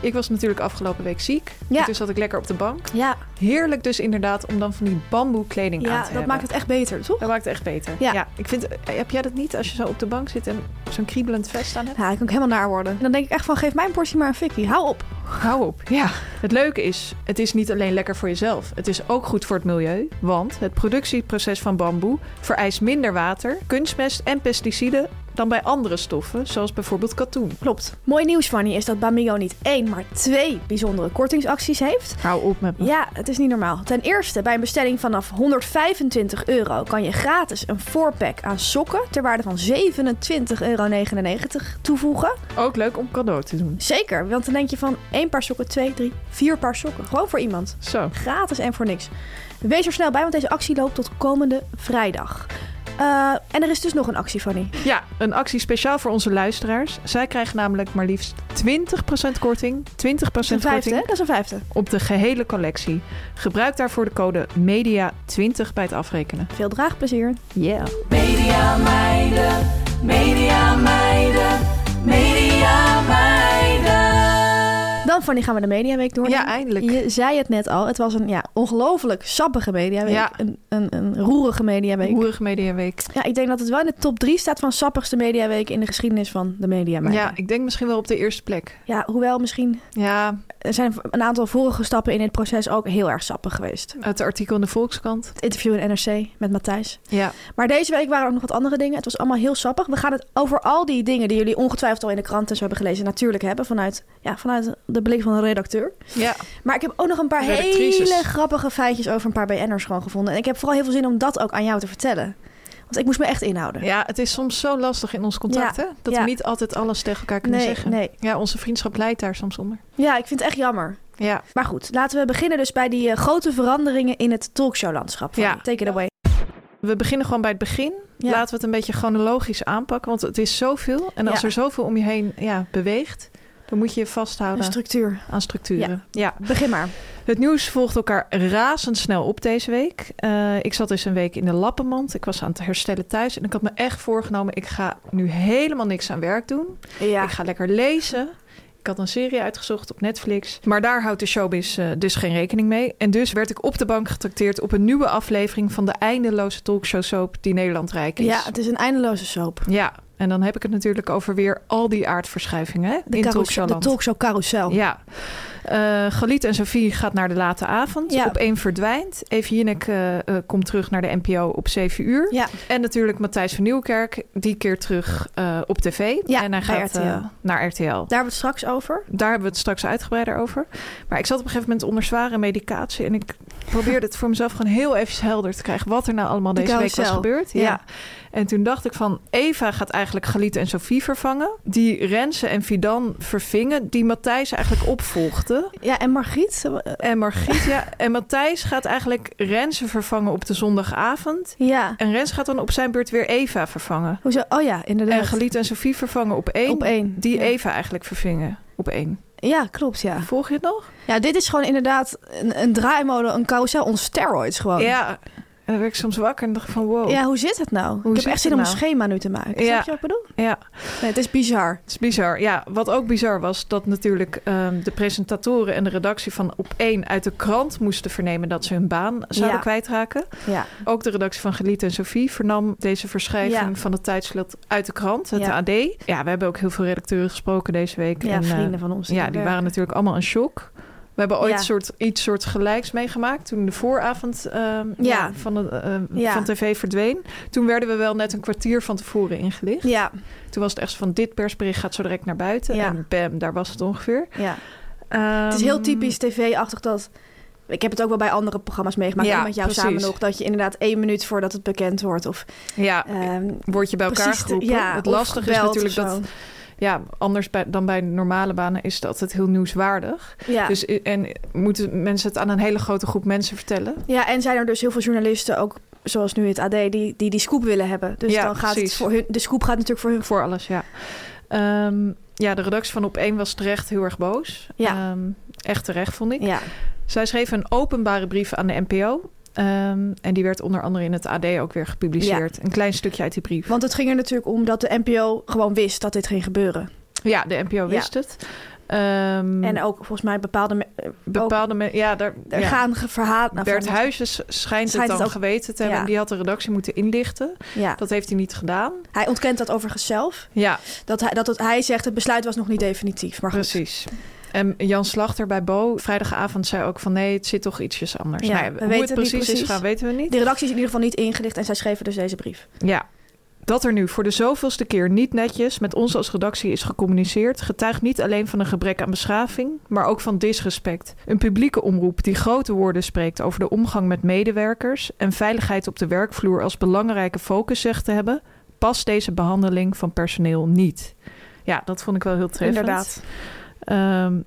Speaker 2: Ik was natuurlijk afgelopen week ziek.
Speaker 3: Ja.
Speaker 2: Dus zat ik lekker op de bank.
Speaker 3: Ja,
Speaker 2: Heerlijk dus inderdaad om dan van die bamboe kleding aan te
Speaker 3: ja
Speaker 2: hebben.
Speaker 3: dat maakt het echt beter, toch?
Speaker 2: Dat maakt het echt beter. Ja.
Speaker 3: Ja.
Speaker 2: ik vind, eh, heb jij dat niet als je zo op de bank zit en zo'n kriebelend vest aan hebt?
Speaker 3: Ja, ik kan ook helemaal naar worden. En dan denk ik echt van, geef mijn portie maar een fikkie. Nou, Hou op.
Speaker 2: Hou op. Ja. Het leuke is, het is niet alleen lekker voor jezelf. Het is ook goed voor het milieu, want het productieproces van bamboe vereist minder water, kunstmest en pesticiden dan bij andere stoffen, zoals bijvoorbeeld katoen.
Speaker 3: Klopt. Mooi nieuws, Fanny, is dat Bamigo niet één, maar twee bijzondere kortingsacties heeft.
Speaker 2: Hou op met me.
Speaker 3: Ja, het is niet normaal. Ten eerste, bij een bestelling vanaf 125 euro kan je gratis een voorpack aan sokken ter waarde van 27,99 euro toevoegen.
Speaker 2: Ook leuk om cadeau te doen.
Speaker 3: Zeker, want dan denk je van één paar sokken, twee, drie, vier paar sokken. Gewoon voor iemand.
Speaker 2: Zo.
Speaker 3: Gratis en voor niks. Wees er snel bij, want deze actie loopt tot komende vrijdag. Eh, en er is dus nog een actie, Fanny.
Speaker 2: Ja, een actie speciaal voor onze luisteraars. Zij krijgen namelijk maar liefst 20% korting. 20%
Speaker 3: Dat is een vijfde, hè?
Speaker 2: korting
Speaker 3: Dat is een vijfde.
Speaker 2: op de gehele collectie. Gebruik daarvoor de code MEDIA20 bij het afrekenen.
Speaker 3: Veel draagplezier.
Speaker 2: Yeah.
Speaker 4: Media meiden, media meiden, media meiden.
Speaker 3: Dan Fanny gaan we de mediaweek door.
Speaker 2: Ja, eindelijk.
Speaker 3: Je zei het net al. Het was een ja, ongelooflijk sappige mediaweek.
Speaker 2: Ja.
Speaker 3: Een, een, een roerige mediaweek.
Speaker 2: Hoerig Mediaweek.
Speaker 3: Ja, ik denk dat het wel in de top 3 staat van sappigste mediaweek in de geschiedenis van de mediaweek.
Speaker 2: Ja, ik denk misschien wel op de eerste plek.
Speaker 3: ja, hoewel misschien
Speaker 2: Ja,
Speaker 3: er zijn een aantal vorige stappen in het proces ook heel erg sappig geweest.
Speaker 2: het artikel in de Volkskrant.
Speaker 3: Het interview in NRC met Matthijs.
Speaker 2: Ja.
Speaker 3: Maar deze week waren ook nog wat andere dingen. Het was allemaal heel sappig. We gaan het over al die dingen die jullie ongetwijfeld al in de krant en zo hebben gelezen. Natuurlijk hebben vanuit, ja, vanuit de blik van een redacteur.
Speaker 2: ja.
Speaker 3: Maar ik heb ook nog een paar
Speaker 2: Redactrices.
Speaker 3: hele grappige feitjes over een paar BN'ers gewoon gevonden. En ik heb vooral heel veel zin om dat ook aan jou te vertellen. Want ik moest me echt inhouden.
Speaker 2: Ja, het is soms zo lastig in ons contact,
Speaker 3: Ja,
Speaker 2: hè? Dat
Speaker 3: ja.
Speaker 2: we niet altijd alles tegen elkaar kunnen
Speaker 3: Nee,
Speaker 2: zeggen.
Speaker 3: nee.
Speaker 2: Ja, onze vriendschap leidt daar soms onder.
Speaker 3: Ja, ik vind het echt jammer.
Speaker 2: Ja.
Speaker 3: Maar goed, laten we beginnen dus bij die eh, grote veranderingen in het talkshowlandschap. Van
Speaker 2: Ja.
Speaker 3: Take it away.
Speaker 2: We beginnen gewoon bij het begin.
Speaker 3: Ja.
Speaker 2: Laten we het een beetje chronologisch aanpakken, want het is zoveel. En als
Speaker 3: Ja.
Speaker 2: er zoveel om je heen ja, beweegt, dan moet je je
Speaker 3: Een
Speaker 2: vasthouden
Speaker 3: structuur.
Speaker 2: aan structuren. ja.
Speaker 3: Begin maar.
Speaker 2: Het nieuws volgt elkaar razendsnel op deze week. Eh, ik zat dus een week in de lappenmand. Ik was aan het herstellen thuis. En ik had me echt voorgenomen, ik ga nu helemaal niks aan werk doen.
Speaker 3: Ja.
Speaker 2: Ik ga lekker lezen. Ik had een serie uitgezocht op Netflix. Maar daar houdt de showbiz eh, dus geen rekening mee. En dus werd ik op de bank getrakteerd op een nieuwe aflevering... van de eindeloze talkshow soap die Nederland rijk is.
Speaker 3: ja, het is een eindeloze soap.
Speaker 2: Ja, en dan heb ik het natuurlijk over weer al die aardverschuivingen hè,
Speaker 3: De,
Speaker 2: in
Speaker 3: carousel, de
Speaker 2: talkshowland.
Speaker 3: talkshow carousel.
Speaker 2: Ja. Eh Galit en Sophie gaat naar de late avond.
Speaker 3: Ja.
Speaker 2: Op één verdwijnt. Even Jinek eh, eh, komt terug naar de NPO op 7 uur.
Speaker 3: Ja.
Speaker 2: En natuurlijk Matthijs van Nieuwkerk, die keer terug eh, op tv.
Speaker 3: Ja,
Speaker 2: en hij
Speaker 3: bij
Speaker 2: gaat
Speaker 3: RTL.
Speaker 2: eh, naar RTL.
Speaker 3: Daar hebben we het straks over.
Speaker 2: Daar hebben we het straks uitgebreider over. Maar ik zat op een gegeven moment onder zware medicatie. En ik probeerde het voor mezelf gewoon heel even helder te krijgen. Wat er nou allemaal
Speaker 3: De
Speaker 2: deze week was
Speaker 3: carousel.
Speaker 2: gebeurd. Ja.
Speaker 3: Ja.
Speaker 2: En toen dacht ik van Eva gaat eigenlijk Galit en Sophie vervangen. Die Renze en Fidan vervingen. Die Matthijs eigenlijk opvolgde.
Speaker 3: Ja, en Margriet. eh,
Speaker 2: En Margriet, ja. En Matthijs gaat eigenlijk Renze vervangen op de zondagavond.
Speaker 3: Ja.
Speaker 2: En Rens gaat dan op zijn beurt weer Eva vervangen.
Speaker 3: Hoezo? Oh ja, inderdaad.
Speaker 2: En Galit en Sophie vervangen op één.
Speaker 3: Op één,
Speaker 2: Eh, Die
Speaker 3: ja.
Speaker 2: Eva eigenlijk vervingen op één.
Speaker 3: Ja, klopt, ja.
Speaker 2: Volg je het nog?
Speaker 3: Ja, dit is gewoon inderdaad een, een draaimolen, een carousel on steroids gewoon.
Speaker 2: Ja. En dan werd ik soms wakker en dacht ik van wow.
Speaker 3: Oh. Ja, hoe zit het nou? ik
Speaker 2: zit
Speaker 3: heb echt zin
Speaker 2: het
Speaker 3: om een
Speaker 2: nou?
Speaker 3: schema nu te maken.
Speaker 2: Ja.
Speaker 3: Snap je wat ik bedoel?
Speaker 2: ja.
Speaker 3: Nee, het is bizar.
Speaker 2: Het is bizar. Ja, wat ook bizar was, dat natuurlijk ehm, de presentatoren en de redactie van Op 1 uit de krant moesten vernemen dat ze hun baan zouden
Speaker 3: Ja.
Speaker 2: kwijtraken.
Speaker 3: Ja.
Speaker 2: Ook de redactie van Geliet en Sophie vernam deze verschrijving
Speaker 3: Ja.
Speaker 2: van het tijdslot uit de krant, het
Speaker 3: Ja.
Speaker 2: AD. Ja, we hebben ook heel veel redacteuren gesproken deze week.
Speaker 3: Ja,
Speaker 2: en, eh,
Speaker 3: vrienden van ons.
Speaker 2: ja, die
Speaker 3: werken.
Speaker 2: waren natuurlijk allemaal een shock. We hebben ooit
Speaker 3: Ja.
Speaker 2: een soort, iets soort gelijks meegemaakt toen de vooravond ehm,
Speaker 3: Ja.
Speaker 2: ja, van, de, ehm,
Speaker 3: Ja.
Speaker 2: van tv verdween. Toen werden we wel net een kwartier van tevoren ingelicht.
Speaker 3: Ja,
Speaker 2: Toen was het echt van dit persbericht gaat zo direct naar buiten.
Speaker 3: Ja.
Speaker 2: En bam, daar was het ongeveer. Ehm,
Speaker 3: ja. het is heel typisch tv-achtig dat... Ik heb het ook wel bij andere programma's meegemaakt.
Speaker 2: Ja,
Speaker 3: ook met jou
Speaker 2: precies.
Speaker 3: samen nog. Dat je inderdaad één minuut voordat het bekend wordt. Of,
Speaker 2: Ja,
Speaker 3: ehm,
Speaker 2: word je bij elkaar
Speaker 3: precies de-
Speaker 2: geroepen.
Speaker 3: ja,
Speaker 2: het
Speaker 3: of
Speaker 2: lastige is
Speaker 3: gebeld
Speaker 2: natuurlijk
Speaker 3: of
Speaker 2: dat...
Speaker 3: zo.
Speaker 2: Ja, anders bij, dan bij normale banen is dat het heel nieuwswaardig.
Speaker 3: ja.
Speaker 2: Dus, i- en moeten mensen het aan een hele grote groep mensen vertellen?
Speaker 3: ja, en zijn er dus heel veel journalisten ook... Zoals nu het AD, die die, die scoop willen hebben. Dus
Speaker 2: Ja,
Speaker 3: dan gaat
Speaker 2: precies.
Speaker 3: het voor hun. De scoop gaat natuurlijk voor hun.
Speaker 2: Voor alles, ja. Ehm, ja, de redactie van Op1 was terecht heel erg boos.
Speaker 3: Ja.
Speaker 2: Ehm, echt terecht, vond ik.
Speaker 3: Ja,
Speaker 2: Zij schreef een openbare brief aan de NPO. Ehm, en die werd onder andere in het AD ook weer gepubliceerd. Een klein stukje uit die brief.
Speaker 3: want het ging er natuurlijk om dat de NPO gewoon wist dat dit ging gebeuren.
Speaker 2: Ja, de NPO wist het. Ehm,
Speaker 3: En ook volgens mij bepaalde me- eh,
Speaker 2: bepaalde mensen. Ja, daar,
Speaker 3: Er
Speaker 2: ja.
Speaker 3: gaan ge- verhalen. nou,
Speaker 2: Bert
Speaker 3: van-
Speaker 2: Huizes schijnt het
Speaker 3: Schijnt
Speaker 2: dan
Speaker 3: het ook-
Speaker 2: geweten te hebben.
Speaker 3: ja.
Speaker 2: Die had de redactie moeten inlichten.
Speaker 3: Ja.
Speaker 2: Dat heeft hij niet gedaan.
Speaker 3: Hij ontkent dat overigens zelf.
Speaker 2: Ja,
Speaker 3: Dat hij, dat het, hij zegt het besluit was nog niet definitief. Maar goed.
Speaker 2: precies. En Jan Slachter bij Bo vrijdagavond zei ook van nee, het zit toch ietsjes anders.
Speaker 3: Ja,
Speaker 2: Nou hoe
Speaker 3: we weten
Speaker 2: het
Speaker 3: het niet
Speaker 2: precies, is
Speaker 3: precies.
Speaker 2: gaan weten we niet.
Speaker 3: De redactie is in ieder geval niet ingelicht en zij schreven dus deze brief.
Speaker 2: Ja. Dat er nu voor de zoveelste keer niet netjes met ons als redactie is gecommuniceerd, getuigt niet alleen van een gebrek aan beschaving, maar ook van disrespect. Een publieke omroep die grote woorden spreekt over de omgang met medewerkers en veiligheid op de werkvloer als belangrijke focus zegt te hebben, past deze behandeling van personeel niet. Ja, dat vond ik wel heel treffend.
Speaker 3: Inderdaad.
Speaker 2: Ehm,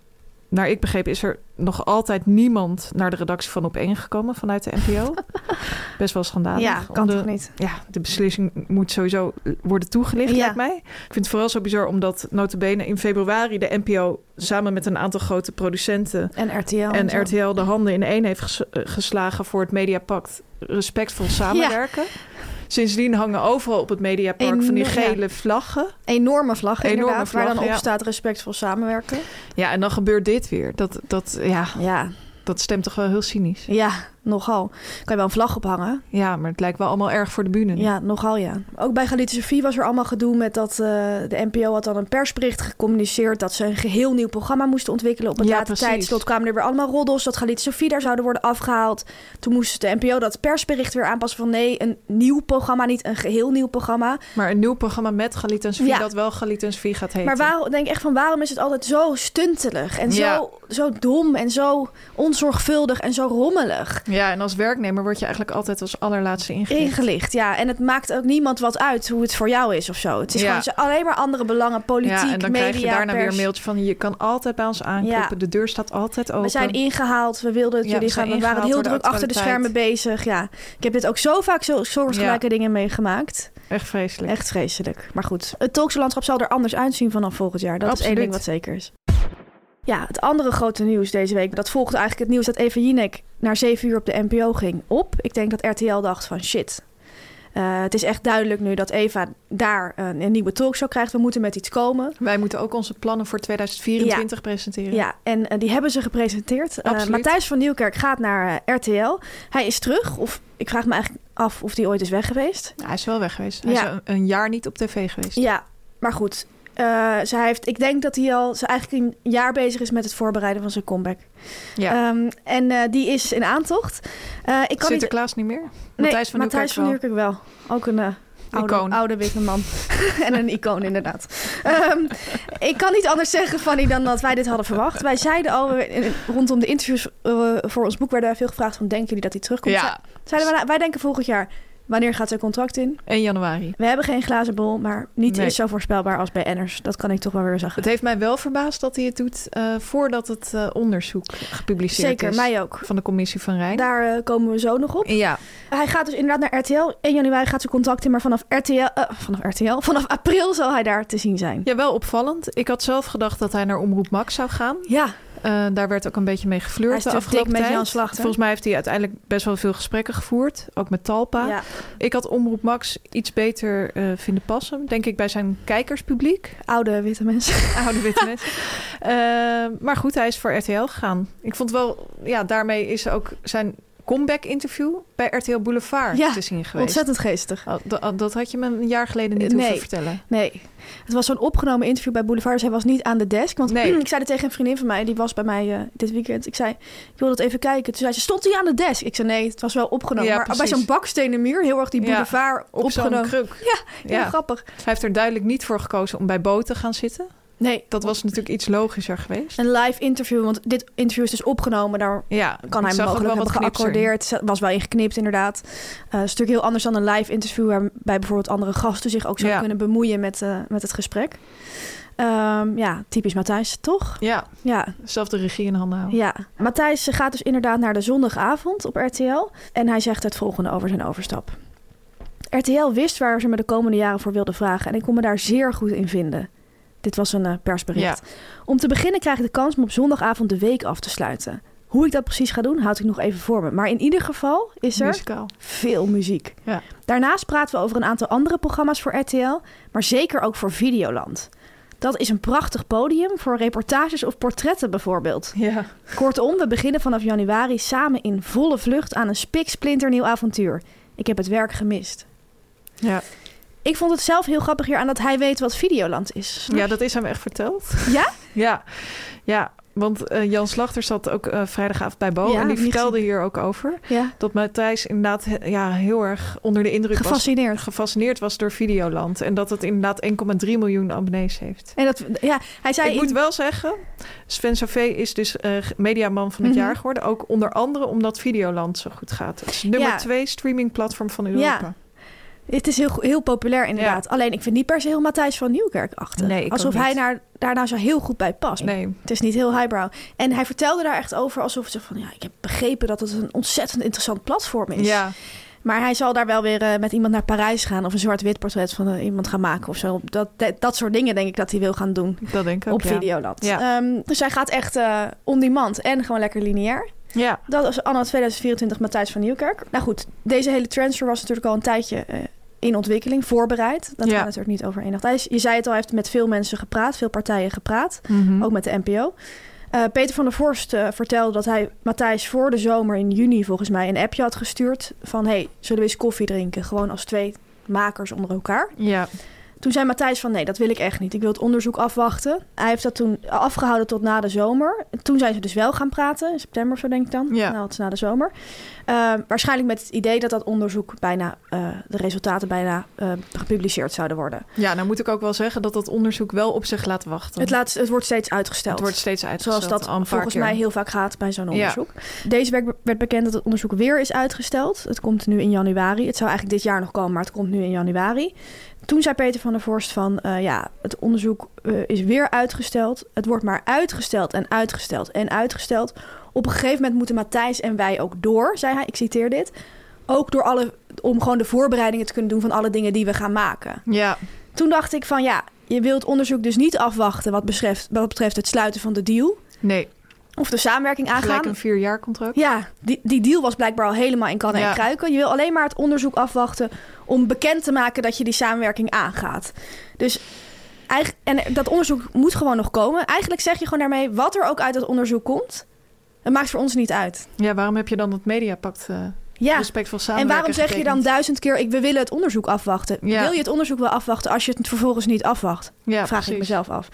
Speaker 2: naar ik begreep is er nog altijd niemand naar de redactie van Op1 gekomen vanuit de NPO. Best wel schandalig.
Speaker 3: Ja,
Speaker 2: om
Speaker 3: kan
Speaker 2: de-
Speaker 3: toch niet?
Speaker 2: ja, de beslissing moet sowieso worden toegelicht,
Speaker 3: Ja.
Speaker 2: lijkt mij. Ik vind het vooral zo bizar omdat notabene in februari de NPO... samen met een aantal grote producenten
Speaker 3: En RTL. Oh, zo.
Speaker 2: en RTL de handen in één heeft ges- eh, geslagen... voor het Mediapact respectvol samenwerken. Sindsdien hangen overal op het Mediapark van die
Speaker 3: Enorm, ja.
Speaker 2: gele vlaggen.
Speaker 3: Enorme vlag
Speaker 2: Enorme
Speaker 3: inderdaad. waar
Speaker 2: vlag,
Speaker 3: dan
Speaker 2: ja.
Speaker 3: op staat respectvol samenwerken.
Speaker 2: Ja, en dan gebeurt dit weer. Dat, dat, ja,
Speaker 3: Ja,
Speaker 2: dat stemt toch wel heel cynisch.
Speaker 3: ja, nogal. Kan je wel een vlag ophangen?
Speaker 2: Ja, maar het lijkt wel allemaal erg voor de bühne.
Speaker 3: Ja, nogal ja. Ook bij Galit en Sophie was er allemaal gedoe met dat eh, de NPO had dan een persbericht gecommuniceerd dat ze een geheel nieuw programma moesten ontwikkelen op het
Speaker 2: Ja,
Speaker 3: late
Speaker 2: precies.
Speaker 3: tijdslot. Kwamen er weer allemaal roddels dat Galit en Sophie daar zouden worden afgehaald. Toen moest de NPO dat persbericht weer aanpassen van nee, een nieuw programma, niet een geheel nieuw programma.
Speaker 2: Maar een nieuw programma met Galit en Sofie,
Speaker 3: Ja.
Speaker 2: dat wel Galit en Sofie gaat heten.
Speaker 3: Maar waarom denk ik echt van waarom is het altijd zo stuntelig en
Speaker 2: Ja.
Speaker 3: zo, zo dom en zo onzorgvuldig en zo rommelig?
Speaker 2: Ja, en als werknemer word je eigenlijk altijd als allerlaatste ingelicht.
Speaker 3: Ingelicht, ja. En het maakt ook niemand wat uit hoe het voor jou is of zo. Het is
Speaker 2: Ja.
Speaker 3: gewoon ze- alleen maar andere belangen, politiek,
Speaker 2: ja, en dan
Speaker 3: media,
Speaker 2: krijg je daarna weer
Speaker 3: pers.
Speaker 2: een mailtje van... je kan altijd bij ons aankloppen,
Speaker 3: Ja.
Speaker 2: de deur staat altijd open.
Speaker 3: We zijn ingehaald, we wilden dat
Speaker 2: Ja,
Speaker 3: jullie
Speaker 2: we zijn
Speaker 3: gaan. We waren heel
Speaker 2: ingehaald door
Speaker 3: druk
Speaker 2: de
Speaker 3: achter de schermen bezig. Ja, ik heb dit ook zo vaak zo, soortgelijke dingen meegemaakt.
Speaker 2: Echt vreselijk.
Speaker 3: Echt vreselijk. Maar goed, het Tolkse landschap zal er anders uitzien vanaf volgend jaar. Dat is één
Speaker 2: Absoluut.
Speaker 3: ding wat zeker is. Ja, het andere grote nieuws deze week, dat volgde eigenlijk het nieuws dat Eva Jinek naar 7 uur op de NPO ging op. Ik denk dat RTL dacht van shit. eh, het is echt duidelijk nu dat Eva daar eh, een, een nieuwe talkshow krijgt. We moeten met iets komen.
Speaker 2: Wij moeten ook onze plannen voor 2024 presenteren.
Speaker 3: Ja, en eh, die hebben ze gepresenteerd. Eh,
Speaker 2: Absoluut.
Speaker 3: Matthijs van Nieuwkerk gaat naar eh, RTL. Hij is terug, of ik vraag me eigenlijk af of hij ooit is weg geweest.
Speaker 2: Hij is wel weg geweest. Hij
Speaker 3: Ja.
Speaker 2: is een, een jaar niet op tv geweest.
Speaker 3: Ja, maar goed. eh, ze heeft, ik denk dat hij al ze eigenlijk een jaar bezig is met het voorbereiden van zijn comeback.
Speaker 2: Ja.
Speaker 3: Ehm, en eh, die is in aantocht. Eh, ik kan niet,
Speaker 2: Sinterklaas niet meer? Matthijs van
Speaker 3: Matthijs
Speaker 2: Nieuwkerk
Speaker 3: van
Speaker 2: wel.
Speaker 3: Nieuwkerk wel. Ook een eh, oude,
Speaker 2: Icoon.
Speaker 3: oude witte man. en een icoon, inderdaad. Ehm, ik kan niet anders zeggen, Fanny, dan dat wij dit hadden verwacht. Wij zeiden al, we- in- rondom de interviews eh, voor ons boek werden wij veel gevraagd van... denken jullie dat hij terugkomt? Ze-
Speaker 2: Ja,
Speaker 3: Zeiden wij, wij denken volgend jaar, wanneer gaat zijn contract in?
Speaker 2: 1 januari.
Speaker 3: We hebben geen glazen bol, maar niet
Speaker 2: Nee.
Speaker 3: is zo voorspelbaar als bij Enners. Dat kan ik toch wel weer zeggen.
Speaker 2: Het heeft mij wel verbaasd dat hij het doet eh, voordat het eh, onderzoek gepubliceerd
Speaker 3: Zeker,
Speaker 2: is.
Speaker 3: mij ook.
Speaker 2: Van de commissie van Rijn.
Speaker 3: Daar eh, komen we zo nog op.
Speaker 2: Ja,
Speaker 3: Hij gaat dus inderdaad naar RTL. 1 januari gaat zijn contract in, maar vanaf RTL... eh, vanaf RTL? Vanaf april zal hij daar te zien zijn.
Speaker 2: ja, wel opvallend. Ik had zelf gedacht dat hij naar Omroep Max zou gaan.
Speaker 3: ja.
Speaker 2: Eh, daar werd ook een beetje mee
Speaker 3: Hij
Speaker 2: geflirt
Speaker 3: is
Speaker 2: de
Speaker 3: natuurlijk
Speaker 2: afgelopen
Speaker 3: dik met
Speaker 2: tijd.
Speaker 3: Jan Slachter.
Speaker 2: Volgens mij heeft hij uiteindelijk best wel veel gesprekken gevoerd. Ook met Talpa.
Speaker 3: Ja.
Speaker 2: Ik had Omroep Max iets beter eh, vinden passen. Denk ik bij zijn kijkerspubliek.
Speaker 3: Oude witte mensen.
Speaker 2: Oude witte mensen. Eh, maar goed, hij is voor RTL gegaan. Ik vond wel... Ja, daarmee is ook zijn comeback interview bij RTL Boulevard
Speaker 3: Ja,
Speaker 2: te zien geweest.
Speaker 3: Ontzettend geestig.
Speaker 2: Oh, dat, dat had je me een jaar geleden niet
Speaker 3: Eh,
Speaker 2: hoeven
Speaker 3: nee.
Speaker 2: vertellen.
Speaker 3: Nee, het was zo'n opgenomen interview bij Boulevard. Dus hij was niet aan de desk. Want
Speaker 2: Nee.
Speaker 3: ik zei het tegen een vriendin van mij. Die was bij mij eh, dit weekend. Ik zei, ik wil dat even kijken. Toen zei ze, stond hij aan de desk? Ik zei, nee, het was wel opgenomen.
Speaker 2: Ja,
Speaker 3: maar
Speaker 2: precies.
Speaker 3: bij zo'n bakstenen muur, heel erg die
Speaker 2: Ja,
Speaker 3: Boulevard
Speaker 2: Op zo'n
Speaker 3: opgenomen.
Speaker 2: kruk.
Speaker 3: Heel
Speaker 2: Ja.
Speaker 3: grappig.
Speaker 2: Hij heeft er duidelijk niet voor gekozen om bij Bo te gaan zitten.
Speaker 3: Nee,
Speaker 2: Dat was natuurlijk iets logischer geweest.
Speaker 3: een live interview. Want dit interview is dus opgenomen. Daar
Speaker 2: Ja,
Speaker 3: kan
Speaker 2: ik
Speaker 3: hij
Speaker 2: zag ook
Speaker 3: mogelijk
Speaker 2: wel
Speaker 3: hebben
Speaker 2: wat knips erin.
Speaker 3: geaccordeerd. Er Was wel ingeknipt, inderdaad. Eh, het is natuurlijk heel anders dan een live interview... waarbij bijvoorbeeld andere gasten zich ook zouden
Speaker 2: Ja.
Speaker 3: kunnen bemoeien met, eh, met het gesprek. Ehm, ja, typisch Matthijs, toch?
Speaker 2: Ja,
Speaker 3: Ja,
Speaker 2: zelf de regie in handen houden.
Speaker 3: ja. Matthijs eh, gaat dus inderdaad naar de zondagavond op RTL. En hij zegt het volgende over zijn overstap. RTL wist waar ze me de komende jaren voor wilden vragen. En ik kon me daar zeer goed in vinden. Dit was een eh, persbericht. Om te beginnen krijg ik de kans om op zondagavond de week af te sluiten. Hoe ik dat precies ga doen, houd ik nog even voor me. Maar in ieder geval is er
Speaker 2: Musical.
Speaker 3: veel muziek.
Speaker 2: Ja.
Speaker 3: Daarnaast praten we over een aantal andere programma's voor RTL, maar zeker ook voor Videoland. Dat is een prachtig podium voor reportages of portretten bijvoorbeeld.
Speaker 2: Ja.
Speaker 3: Kortom, we beginnen vanaf januari samen in volle vlucht aan een spiksplinternieuw avontuur. Ik heb het werk gemist.
Speaker 2: Ja.
Speaker 3: Ik vond het zelf heel grappig hier aan dat hij weet wat Videoland is.
Speaker 2: ja, dat is hem echt verteld.
Speaker 3: Ja?
Speaker 2: Ja, ja want eh, Jan Slachter zat ook eh, vrijdagavond bij Bo.
Speaker 3: Ja,
Speaker 2: en die
Speaker 3: niet
Speaker 2: vertelde hier ook over.
Speaker 3: Ja.
Speaker 2: Dat Matthijs inderdaad he- ja, heel erg onder de indruk
Speaker 3: Gefascineerd.
Speaker 2: was. Gefascineerd was door Videoland. En dat het inderdaad 1,3 miljoen abonnees heeft.
Speaker 3: En dat, ja, hij zei
Speaker 2: Ik
Speaker 3: in-
Speaker 2: moet wel zeggen, Sven Sauvé is dus eh, mediaman van het
Speaker 3: Mhm.
Speaker 2: jaar geworden. Ook onder andere omdat Videoland zo goed gaat. Het is nummer
Speaker 3: Ja.
Speaker 2: twee streamingplatform van
Speaker 3: Ja.
Speaker 2: Europa.
Speaker 3: Het is heel, go- heel populair inderdaad. Alleen ik vind niet per se heel Matthijs van Nieuwkerk achter.
Speaker 2: Nee, ik
Speaker 3: alsof
Speaker 2: ook
Speaker 3: hij
Speaker 2: niet.
Speaker 3: naar, daar nou zo heel goed bij past.
Speaker 2: Nee.
Speaker 3: Het is niet heel highbrow. En hij vertelde daar echt over alsof ze van... ja, ik heb begrepen dat het een ontzettend interessant platform is.
Speaker 2: Ja,
Speaker 3: Maar hij zal daar wel weer eh, met iemand naar Parijs gaan... of een zwart-wit portret van eh, iemand gaan maken of zo. Dat, dat, dat soort dingen denk ik dat hij wil gaan doen
Speaker 2: dat denk ik ook.
Speaker 3: op
Speaker 2: ja.
Speaker 3: Videoland.
Speaker 2: Ja.
Speaker 3: Ehm, dus hij gaat echt eh on demand en gewoon lekker lineair.
Speaker 2: Ja.
Speaker 3: Dat was anno 2024 Matthijs van Nieuwkerk. Nou goed, deze hele transfer was natuurlijk al een tijdje eh, in ontwikkeling, voorbereid. Dat
Speaker 2: Ja.
Speaker 3: gaat natuurlijk niet over één nacht. Hij is- Je zei het al, hij heeft met veel mensen gepraat, veel partijen gepraat.
Speaker 2: Mhm.
Speaker 3: Ook met de NPO. Eh, Peter van der Vorst eh, vertelde dat hij Matthijs voor de zomer in juni volgens mij een appje had gestuurd. Van hey, zullen we eens koffie drinken? Gewoon als twee makers onder elkaar.
Speaker 2: ja.
Speaker 3: Toen zei Matthijs van nee, dat wil ik echt niet. Ik wil het onderzoek afwachten. Hij heeft dat toen afgehouden tot na de zomer. Toen zijn ze dus wel gaan praten, in september of zo denk ik dan.
Speaker 2: Ja.
Speaker 3: Nou, het is na de zomer. Eh, waarschijnlijk met het idee dat dat onderzoek bijna, eh, de resultaten bijna eh, gepubliceerd zouden worden.
Speaker 2: Ja, nou moet ik ook wel zeggen dat dat onderzoek wel op zich laat wachten.
Speaker 3: Het, laat, het wordt steeds uitgesteld.
Speaker 2: Het wordt steeds uitgesteld.
Speaker 3: Zoals dat
Speaker 2: al een paar
Speaker 3: volgens
Speaker 2: keer.
Speaker 3: mij heel vaak gaat bij zo'n onderzoek. Deze week werd bekend dat het onderzoek weer is uitgesteld. Het komt nu in januari. Het zou eigenlijk dit jaar nog komen, maar het komt nu in januari. Toen zei Peter van der Vorst van, eh, ja, het onderzoek eh, is weer uitgesteld. Het wordt maar uitgesteld en uitgesteld en uitgesteld. Op een gegeven moment moeten Matthijs en wij ook door, zei hij. Ik citeer dit. Ook door alle, om gewoon de voorbereidingen te kunnen doen van alle dingen die we gaan maken.
Speaker 2: Ja,
Speaker 3: Toen dacht ik van, ja, je wilt onderzoek dus niet afwachten wat betreft, wat betreft het sluiten van de deal.
Speaker 2: nee.
Speaker 3: Of de samenwerking
Speaker 2: Gelijk
Speaker 3: aangaan.
Speaker 2: een vier jaar contract.
Speaker 3: Ja, die, die deal was blijkbaar al helemaal in kannen
Speaker 2: Ja.
Speaker 3: en kruiken. Je wil alleen maar het onderzoek afwachten om bekend te maken dat je die samenwerking aangaat. Dus eigen- en dat onderzoek moet gewoon nog komen. Eigenlijk zeg je gewoon daarmee, wat er ook uit dat onderzoek komt, het maakt voor ons niet uit.
Speaker 2: Ja, waarom heb je dan dat mediapact eh
Speaker 3: Ja,
Speaker 2: respectvol
Speaker 3: en
Speaker 2: samenwerken
Speaker 3: waarom zeg je dan
Speaker 2: getekend?
Speaker 3: duizend keer, ik, we willen het onderzoek afwachten?
Speaker 2: Ja.
Speaker 3: Wil je het onderzoek wel afwachten als je het vervolgens niet afwacht?
Speaker 2: Ja,
Speaker 3: Vraag ik
Speaker 2: precies.
Speaker 3: mezelf af.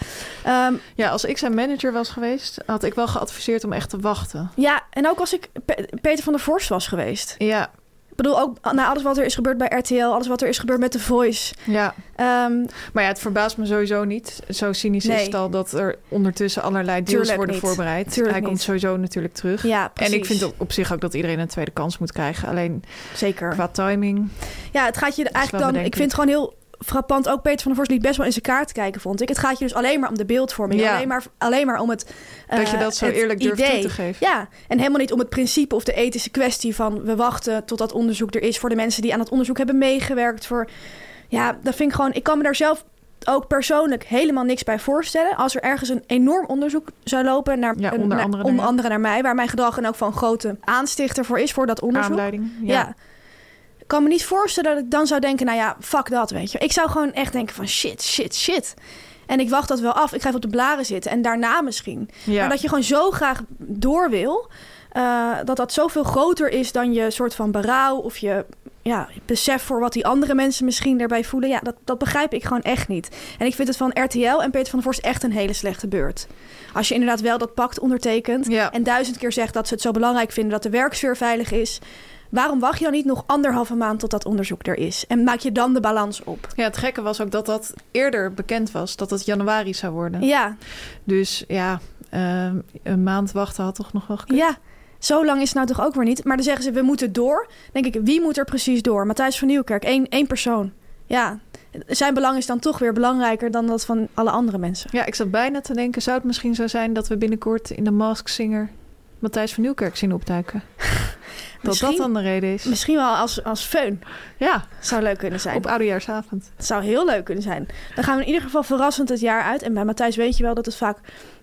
Speaker 3: Ehm,
Speaker 2: Ja, als ik zijn manager was geweest, had ik wel geadviseerd om echt te wachten.
Speaker 3: Ja, en ook als ik Pe- Peter van der Vorst was geweest.
Speaker 2: Ja,
Speaker 3: Ik bedoel, ook na alles wat er is gebeurd bij RTL, alles wat er is gebeurd met The Voice.
Speaker 2: ja.
Speaker 3: Ehm,
Speaker 2: Maar ja, het verbaast me sowieso niet. Zo cynisch
Speaker 3: Nee.
Speaker 2: is het al dat er ondertussen allerlei deals
Speaker 3: Tuurlijk
Speaker 2: worden
Speaker 3: niet.
Speaker 2: voorbereid.
Speaker 3: Tuurlijk
Speaker 2: Hij komt
Speaker 3: niet.
Speaker 2: sowieso natuurlijk terug.
Speaker 3: ja, precies.
Speaker 2: En ik vind op- op zich ook dat iedereen een tweede kans moet krijgen. Alleen
Speaker 3: Zeker.
Speaker 2: qua timing.
Speaker 3: Ja, het gaat je
Speaker 2: wel
Speaker 3: eigenlijk dan... Ik
Speaker 2: bedenkelijk.
Speaker 3: vind het gewoon heel frappant. Ook Peter van der Vorst liet best wel in zijn kaart kijken, vond ik. Het gaat je dus alleen maar om de beeldvorming.
Speaker 2: Ja.
Speaker 3: Alleen, maar, alleen maar om het eh,
Speaker 2: Dat je dat zo
Speaker 3: het
Speaker 2: eerlijk durft toe
Speaker 3: idee.
Speaker 2: te geven.
Speaker 3: Ja, en helemaal niet om het principe of de ethische kwestie van... we wachten tot dat onderzoek er is voor de mensen die aan het onderzoek hebben meegewerkt. Voor, ja, dat vind ik gewoon... Ik kan me daar zelf ook persoonlijk helemaal niks bij voorstellen. Als er ergens een enorm onderzoek zou lopen... Naar,
Speaker 2: Ja, onder
Speaker 3: naar-
Speaker 2: andere
Speaker 3: om
Speaker 2: naar-
Speaker 3: andere naar mij... waar mijn gedrag en ook van grote aanstichter voor is voor dat onderzoek.
Speaker 2: Aanleiding.
Speaker 3: Ja. Ik kan me niet voorstellen dat ik dan zou denken, nou ja, fuck dat, weet je. Ik zou gewoon echt denken van shit, shit, shit. En ik wacht dat wel af. Ik ga even op de blaren zitten en daarna misschien.
Speaker 2: Ja.
Speaker 3: Maar dat je gewoon zo graag door wil, eh, dat dat zoveel groter is dan je soort van berouw of je ja, besef voor wat die andere mensen misschien daarbij voelen. Ja, dat, dat begrijp ik gewoon echt niet. En ik vind het van RTL en Peter van der Vorst echt een hele slechte beurt. Als je inderdaad wel dat pact ondertekent
Speaker 2: Ja.
Speaker 3: en duizend keer zegt dat ze het zo belangrijk vinden dat de werksfeer veilig is. Waarom wacht je dan niet nog anderhalve maand tot dat onderzoek er is? En maak je dan de balans op?
Speaker 2: Ja, het gekke was ook dat dat eerder bekend was. Dat het januari zou worden.
Speaker 3: Ja,
Speaker 2: Dus ja, ehm, een maand wachten had toch nog wel gekund.
Speaker 3: ja. Zo lang is het nou toch ook weer niet? Maar dan zeggen ze, we moeten door. Dan denk ik, wie moet er precies door? Matthijs van Nieuwkerk, één, één persoon. Ja, zijn belang is dan toch weer belangrijker dan dat van alle andere mensen.
Speaker 2: Ja, ik zat bijna te denken, zou het misschien zo zijn dat we binnenkort in de Mask Singer Matthijs van Nieuwkerk zien opduiken? dat dat
Speaker 3: Misschien-
Speaker 2: dan de reden is.
Speaker 3: Misschien wel als, als feun.
Speaker 2: Ja,
Speaker 3: Zou leuk kunnen zijn.
Speaker 2: op oudejaarsavond.
Speaker 3: Het zou heel leuk kunnen zijn. Dan gaan we in ieder geval verrassend het jaar uit. En bij Matthijs weet je wel dat het vaak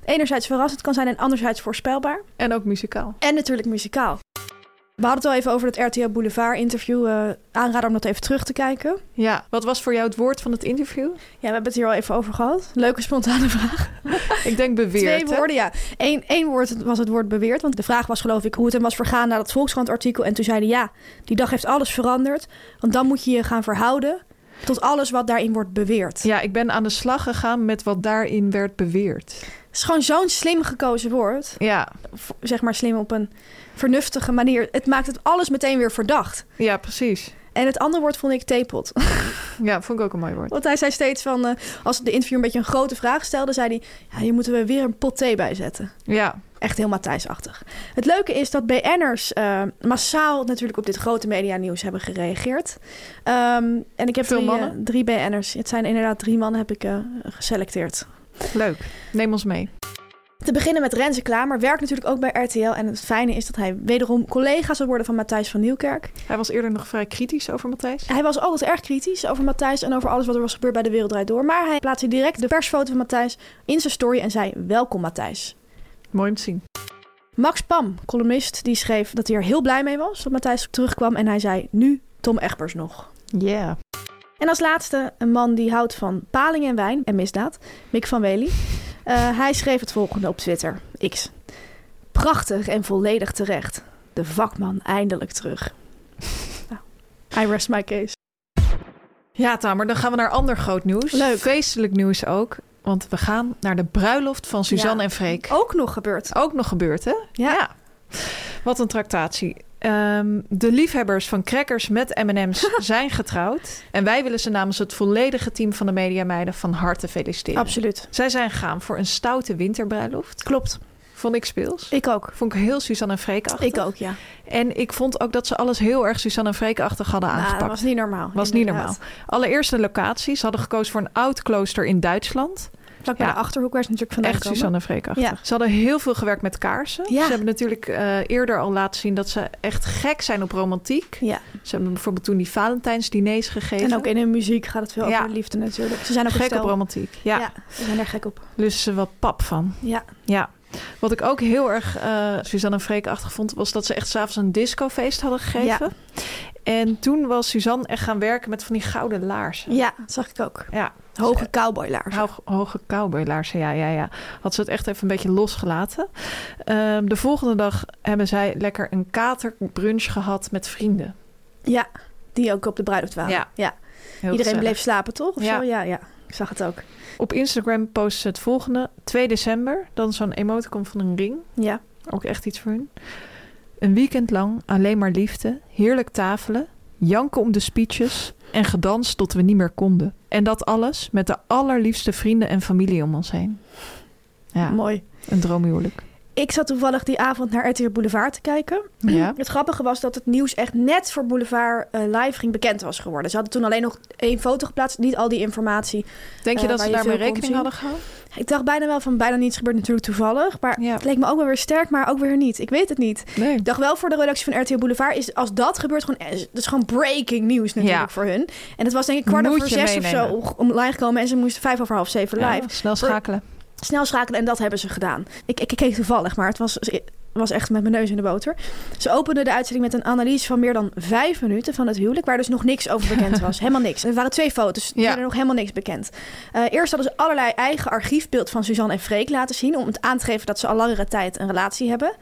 Speaker 3: enerzijds verrassend kan zijn en anderzijds voorspelbaar.
Speaker 2: En ook muzikaal.
Speaker 3: En natuurlijk muzikaal. We hadden het al even over het RTL Boulevard interview. eh aanrader om dat even terug te kijken.
Speaker 2: Ja, wat was voor jou het woord van het interview?
Speaker 3: Ja, we hebben het hier al even over gehad. Leuke spontane vraag.
Speaker 2: Ik denk beweerd.
Speaker 3: Twee
Speaker 2: hè?
Speaker 3: woorden, ja. Eén, één woord was het woord beweerd. Want de vraag was geloof ik hoe het hem was vergaan na dat Volkskrant artikel. En toen zei hij ja, die dag heeft alles veranderd. Want dan moet je je gaan verhouden tot alles wat daarin wordt beweerd.
Speaker 2: Ja, ik ben aan de slag gegaan met wat daarin werd beweerd.
Speaker 3: Het is gewoon zo'n slim gekozen woord.
Speaker 2: Ja,
Speaker 3: V- Zeg maar slim op een vernuftige manier. Het maakt het alles meteen weer verdacht.
Speaker 2: ja precies.
Speaker 3: En het andere woord vond ik tepelt.
Speaker 2: Ja, vond ik ook een mooi woord.
Speaker 3: Want hij zei steeds van, eh, als de interviewer een beetje een grote vraag stelde, zei hij, ja, hier moeten we weer een pot thee bij zetten.
Speaker 2: Ja,
Speaker 3: Echt heel Matthijsachtig. Het leuke is dat BN'ers eh, massaal natuurlijk op dit grote medianieuws hebben gereageerd. Ehm, en ik heb
Speaker 2: Veel
Speaker 3: drie, eh,
Speaker 2: mannen?
Speaker 3: drie BN'ers. Het zijn inderdaad drie mannen heb ik eh, geselecteerd.
Speaker 2: leuk. Neem ons mee.
Speaker 3: Te beginnen met Renze Klamer, werkt natuurlijk ook bij RTL. En het fijne is dat hij wederom collega zal worden van Matthijs van Nieuwkerk.
Speaker 2: Hij was eerder nog vrij kritisch over Matthijs.
Speaker 3: Hij was altijd erg kritisch over Matthijs en over alles wat er was gebeurd bij de Wereld Draait Door. Maar hij plaatste direct de persfoto van Matthijs in zijn story en zei: Welkom Matthijs.
Speaker 2: Mooi om te zien.
Speaker 3: Max Pam, columnist, die schreef dat hij er heel blij mee was dat Matthijs terugkwam. En hij zei: Nu Tom Egbers nog.
Speaker 2: Ja.
Speaker 3: En als laatste een man die houdt van paling en wijn en misdaad, Mick van Wely. Eh, hij schreef het volgende op Twitter: X. Prachtig en volledig terecht. De vakman eindelijk terug. nou, I rest my case.
Speaker 2: Ja, Tamer, dan gaan we naar ander groot nieuws.
Speaker 3: Leuk.
Speaker 2: Feestelijk nieuws ook. Want we gaan naar de bruiloft van Suzanne
Speaker 3: Ja.
Speaker 2: en Freek.
Speaker 3: Ook nog gebeurd.
Speaker 2: Ook nog gebeurd, hè?
Speaker 3: Ja.
Speaker 2: Wat een tractatie. Ehm, de liefhebbers van crackers met M&M's zijn getrouwd. En wij willen ze namens het volledige team van de Media Meiden van harte feliciteren.
Speaker 3: Absoluut.
Speaker 2: Zij zijn gegaan voor een stoute winterbruiloft.
Speaker 3: Klopt.
Speaker 2: Vond ik speels.
Speaker 3: Ik ook.
Speaker 2: Vond ik heel Suzanne en Freek achter.
Speaker 3: Ik ook, ja.
Speaker 2: En ik vond ook dat ze alles heel erg Suzanne en Freek-achtig hadden
Speaker 3: Maar
Speaker 2: aangepakt.
Speaker 3: Nou, dat was niet normaal.
Speaker 2: Was niet normaal.
Speaker 3: inderdaad.
Speaker 2: Allereerst de locaties. Ze hadden gekozen voor een oud klooster in Duitsland.
Speaker 3: Vlak bij
Speaker 2: Ja.
Speaker 3: de Achterhoek waar ze natuurlijk vandaan
Speaker 2: Echt
Speaker 3: komen.
Speaker 2: Suzanne Freekachtig.
Speaker 3: Ja.
Speaker 2: Ze hadden heel veel gewerkt met kaarsen.
Speaker 3: Ja.
Speaker 2: Ze hebben natuurlijk eh, eerder al laten zien dat ze echt gek zijn op romantiek.
Speaker 3: Ja.
Speaker 2: Ze hebben bijvoorbeeld toen die Valentijnsdiners gegeven.
Speaker 3: En ook in hun muziek gaat het veel
Speaker 2: Ja.
Speaker 3: over liefde natuurlijk. Ze zijn ook
Speaker 2: gek
Speaker 3: een
Speaker 2: op
Speaker 3: stel.
Speaker 2: romantiek. Ja.
Speaker 3: ja, ze zijn er gek op.
Speaker 2: Dus ze wat pap van.
Speaker 3: Ja.
Speaker 2: Ja. Wat ik ook heel erg eh Suzanne en Freekachtig vond, was dat ze echt s'avonds een discofeest hadden gegeven. En toen was Suzanne echt gaan werken met van die gouden laarzen.
Speaker 3: ja, dat zag ik ook.
Speaker 2: Ja.
Speaker 3: Hoge cowboylaars.
Speaker 2: Hoge, hoge cowboylaarzen, ja, ja, ja. Had ze het echt even een beetje losgelaten. Ehm, de volgende dag hebben zij lekker een katerbrunch gehad met vrienden.
Speaker 3: Ja, die ook op de bruiloft waren.
Speaker 2: Ja. Heel
Speaker 3: Iedereen
Speaker 2: gezellig.
Speaker 3: bleef slapen, toch? Of
Speaker 2: Ja.
Speaker 3: zo? Ja, ja, ik zag het ook.
Speaker 2: Op Instagram posten ze het volgende. 2 december, dan zo'n emoticon van een ring.
Speaker 3: Ja,
Speaker 2: Ook echt iets voor hun. Een weekend lang alleen maar liefde, heerlijk tafelen, janken om de speeches en gedanst tot we niet meer konden. En dat alles met de allerliefste vrienden en familie om ons heen. Ja,
Speaker 3: mooi.
Speaker 2: een droomhuwelijk.
Speaker 3: Ik zat toevallig die avond naar RTL Boulevard te kijken.
Speaker 2: Ja.
Speaker 3: Het grappige was dat het nieuws echt net voor Boulevard eh, live ging bekend was geworden. Ze hadden toen alleen nog één foto geplaatst, niet al die informatie.
Speaker 2: Denk je
Speaker 3: Eh,
Speaker 2: dat
Speaker 3: waar
Speaker 2: ze
Speaker 3: je
Speaker 2: daarmee
Speaker 3: veel kon
Speaker 2: rekening
Speaker 3: zien.
Speaker 2: hadden gehouden?
Speaker 3: Ik dacht bijna wel van bijna niets gebeurt natuurlijk toevallig. Maar
Speaker 2: Ja.
Speaker 3: het leek me ook wel weer sterk, maar ook weer niet. Ik weet het niet.
Speaker 2: Nee.
Speaker 3: Ik dacht wel voor de redactie van RTL Boulevard is als dat gebeurt gewoon eh, dat is gewoon breaking nieuws natuurlijk
Speaker 2: Ja.
Speaker 3: voor hun. En dat was denk ik kwart
Speaker 2: Moet
Speaker 3: over
Speaker 2: je
Speaker 3: zes of zo
Speaker 2: meenemen.
Speaker 3: om- online gekomen en ze moesten vijf over half zeven live.
Speaker 2: snel schakelen.
Speaker 3: Snel schakelen en dat hebben ze gedaan. Ik, ik, ik keek toevallig, maar het was, was echt met mijn neus in de boter. Ze openden de uitzending met een analyse van meer dan vijf minuten van het huwelijk, waar dus nog niks over bekend was. Helemaal niks. Er waren twee foto's, er
Speaker 2: Ja.
Speaker 3: waren nog helemaal niks bekend. Eh, eerst hadden ze allerlei eigen archiefbeeld van Suzanne en Freek laten zien, om het aan te geven dat ze al langere tijd een relatie hebben.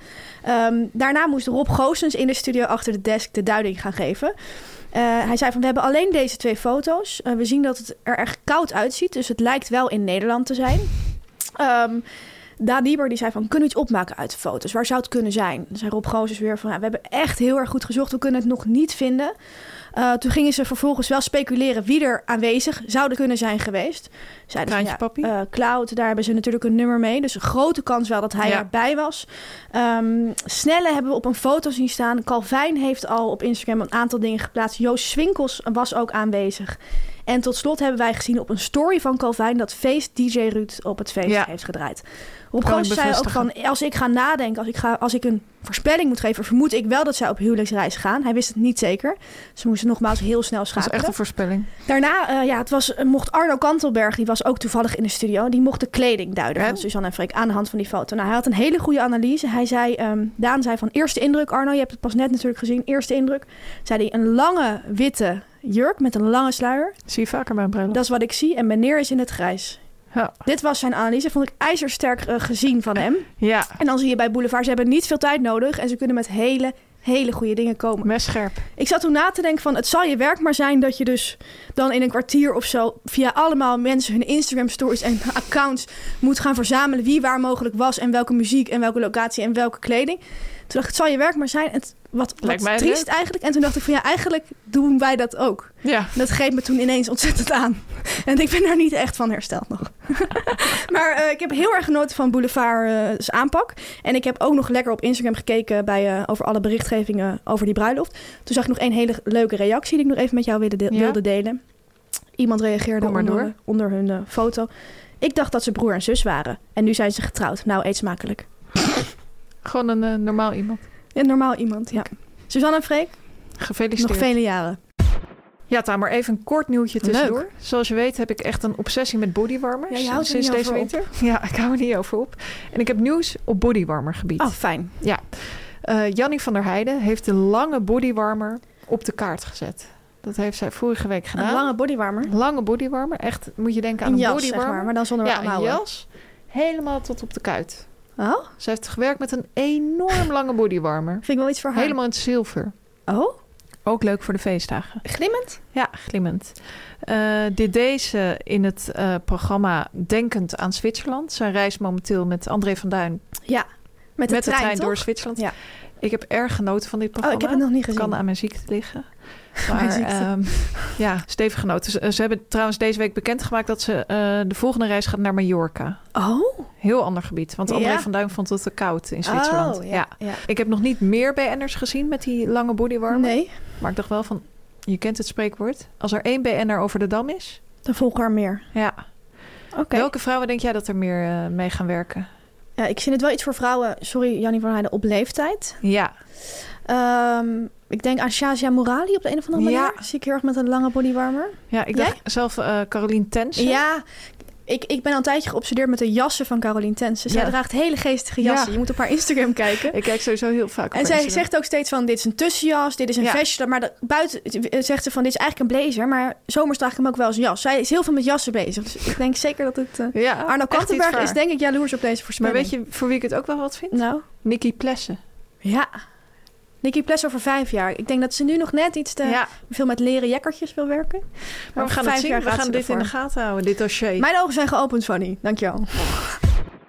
Speaker 3: Ehm, daarna moest Rob Goossens in de studio achter de desk de duiding gaan geven. Eh, hij zei van, we hebben alleen deze twee foto's. Eh, we zien dat het er erg koud uitziet, dus het lijkt wel in Nederland te zijn. Ehm Daan Nieber die zei van, kunnen we iets opmaken uit de foto's? Waar zou het kunnen zijn? Dan zei Rob Goossens weer van, ja, we hebben echt heel erg goed gezocht. We kunnen het nog niet vinden. Eh, toen gingen ze vervolgens wel speculeren wie er aanwezig zouden kunnen zijn geweest. Zeiden ze,
Speaker 2: Kraantje Papi.
Speaker 3: eh, Cloud, daar hebben ze natuurlijk een nummer mee. Dus een grote kans wel dat hij
Speaker 2: Ja.
Speaker 3: erbij was. Ehm Snelle hebben we op een foto zien staan. Calvijn heeft al op Instagram een aantal dingen geplaatst. Joost Swinkels was ook aanwezig. En tot slot hebben wij gezien op een story van Calvijn... dat feest DJ Ruud op het feest
Speaker 2: Ja.
Speaker 3: heeft gedraaid. Rob
Speaker 2: Kan ik
Speaker 3: Goos zei ook
Speaker 2: bevestigen.
Speaker 3: van... als ik ga nadenken, als ik, ga, als ik een voorspelling moet geven... vermoed ik wel dat zij op huwelijksreis gaan. Hij wist het niet zeker. Ze moesten nogmaals heel snel
Speaker 2: Dat is
Speaker 3: schakelen.
Speaker 2: echt een voorspelling.
Speaker 3: Daarna, eh, ja, het was, mocht Arno Kantelberg, die was ook toevallig in de studio, die mocht de kleding duiden van
Speaker 2: En?
Speaker 3: Suzanne en Freek aan de hand van die foto. Nou, hij had een hele goede analyse. Hij zei, ehm, Daan zei van eerste indruk, Arno, je hebt het pas net natuurlijk gezien, eerste indruk. Zei hij een lange witte jurk met een lange sluier.
Speaker 2: Zie je vaker bij een bruiloft.
Speaker 3: Dat is wat ik zie en meneer is in het grijs.
Speaker 2: Ja.
Speaker 3: Dit was zijn analyse, vond ik ijzersterk eh, gezien van hem.
Speaker 2: ja,
Speaker 3: En dan zie je bij Boulevard, ze hebben niet veel tijd nodig en ze kunnen met hele, hele goede dingen komen.
Speaker 2: mes scherp.
Speaker 3: Ik zat toen na te denken van het zal je werk maar zijn dat je dus dan in een kwartier of zo via allemaal mensen hun Instagram stories en accounts moet gaan verzamelen wie waar mogelijk was en welke muziek en welke locatie en welke kleding. Toen dacht ik het zal je werk maar zijn. Het, wat
Speaker 2: Lijkt
Speaker 3: wat
Speaker 2: mij
Speaker 3: triest
Speaker 2: leuk.
Speaker 3: eigenlijk. En toen dacht ik van ja eigenlijk doen wij dat ook.
Speaker 2: Ja.
Speaker 3: En dat greep me toen ineens ontzettend aan. En ik ben daar niet echt van hersteld nog. maar eh, ik heb heel erg genoten van Boulevard's eh, aanpak. En ik heb ook nog lekker op Instagram gekeken bij, eh, over alle berichtgevingen over die bruiloft. Toen zag ik nog één hele leuke reactie die ik nog even met jou wilde, de-
Speaker 2: Ja?
Speaker 3: wilde delen. Iemand reageerde
Speaker 2: Kom maar
Speaker 3: onder,
Speaker 2: door.
Speaker 3: onder hun eh, foto. Ik dacht dat ze broer en zus waren. En nu zijn ze getrouwd. Nou, eet smakelijk.
Speaker 2: Gewoon een eh, normaal iemand.
Speaker 3: Een normaal iemand, ja. Suzanne en Freek, nog
Speaker 2: Gefeliciteerd.
Speaker 3: vele jaren.
Speaker 2: Ja, Tamer, even een kort nieuwtje tussendoor. Zoals je weet heb ik echt een obsessie met bodywarmers
Speaker 3: Ja, je houdt er
Speaker 2: sinds
Speaker 3: niet
Speaker 2: deze
Speaker 3: over op.
Speaker 2: winter. Ja, ik hou er niet over op. En ik heb nieuws op bodywarmer gebied.
Speaker 3: Oh, fijn.
Speaker 2: Eh, Jannie van der Heijden heeft de lange bodywarmer op de kaart gezet. Dat heeft zij vorige week gedaan.
Speaker 3: Een lange bodywarmer.
Speaker 2: Lange bodywarmer. Echt, moet je denken aan
Speaker 3: Een
Speaker 2: een,
Speaker 3: jas, zeg
Speaker 2: bodywarmer.
Speaker 3: maar. Maar dan zonder
Speaker 2: ja, een
Speaker 3: mouwen.
Speaker 2: jas. Helemaal tot op de kuit.
Speaker 3: Oh,
Speaker 2: Ze heeft gewerkt met een enorm lange bodywarmer.
Speaker 3: vind ik wel iets voor haar.
Speaker 2: Helemaal in het zilver.
Speaker 3: Oh?
Speaker 2: Ook leuk voor de feestdagen.
Speaker 3: Glimmend?
Speaker 2: Ja, glimmend. Eh dit deze in het eh, programma Denkend aan Zwitserland. Zijn reis momenteel met André van Duin
Speaker 3: Ja. Met de trein, toch?
Speaker 2: door Zwitserland.
Speaker 3: Ja.
Speaker 2: Ik heb erg genoten van dit
Speaker 3: Oh,
Speaker 2: programma.
Speaker 3: ik heb het nog niet gezien.
Speaker 2: kan aan mijn ziekte liggen.
Speaker 3: Mijn
Speaker 2: Maar
Speaker 3: ziekte.
Speaker 2: ehm, ja, stevig genoten. Ze, ze hebben trouwens deze week bekendgemaakt dat ze eh, de volgende reis gaat naar Mallorca.
Speaker 3: Oh,
Speaker 2: Heel ander gebied. Want André
Speaker 3: Ja?
Speaker 2: van Duin vond het te koud in Zwitserland.
Speaker 3: Oh,
Speaker 2: ja.
Speaker 3: ja, ja.
Speaker 2: Ik heb nog niet meer BN'ers gezien met die lange bodywarmer.
Speaker 3: nee.
Speaker 2: Maar ik dacht wel van, je kent het spreekwoord. Als er één BN'er over de dam is.
Speaker 3: Dan volgen er meer.
Speaker 2: Ja.
Speaker 3: Oké.
Speaker 2: Welke vrouwen denk jij dat er meer eh, mee gaan werken?
Speaker 3: Ja, ik vind het wel iets voor vrouwen, sorry Jannie van Heijden, op leeftijd.
Speaker 2: Ja.
Speaker 3: Ehm, ik denk aan Shazia Morali op de een of andere
Speaker 2: Ja.
Speaker 3: manier. Zie ik heel erg met een lange bodywarmer.
Speaker 2: Ja, ik
Speaker 3: Jij?
Speaker 2: dacht zelf eh Caroline Tensen.
Speaker 3: Ja, ik, ik ben al een tijdje geobsedeerd met de jassen van Caroline Tensen. Zij
Speaker 2: Ja.
Speaker 3: draagt hele geestige jassen.
Speaker 2: Ja.
Speaker 3: Je moet op haar Instagram kijken.
Speaker 2: Ik kijk sowieso heel vaak op
Speaker 3: En zij
Speaker 2: Instagram.
Speaker 3: zegt ook steeds van, dit is een tussenjas, dit is een
Speaker 2: Ja.
Speaker 3: fashion. Maar de- buiten eh, zegt ze van, dit is eigenlijk een blazer. Maar zomers draag ik hem ook wel als een jas. Zij is heel veel met jassen bezig. Dus ik denk zeker dat het... eh,
Speaker 2: Ja,
Speaker 3: Arno
Speaker 2: echt iets
Speaker 3: Kantenberg
Speaker 2: voor
Speaker 3: is
Speaker 2: haar.
Speaker 3: denk ik jaloers op deze
Speaker 2: Maar
Speaker 3: voorspelling.
Speaker 2: weet je voor wie ik het ook wel wat vind?
Speaker 3: Nou,
Speaker 2: Nicky Plessen.
Speaker 3: ja. Nicky Ples over vijf jaar. Ik denk dat ze nu nog net iets te
Speaker 2: ja,
Speaker 3: veel met leren jekkertjes wil werken.
Speaker 2: maar we
Speaker 3: over
Speaker 2: gaan
Speaker 3: vijf
Speaker 2: het zien.
Speaker 3: jaar
Speaker 2: We
Speaker 3: gaat
Speaker 2: gaan
Speaker 3: ze
Speaker 2: dit in de
Speaker 3: ervoor.
Speaker 2: gaten houden, dit dossier.
Speaker 3: Mijn ogen zijn geopend, Fanny. Dankjewel.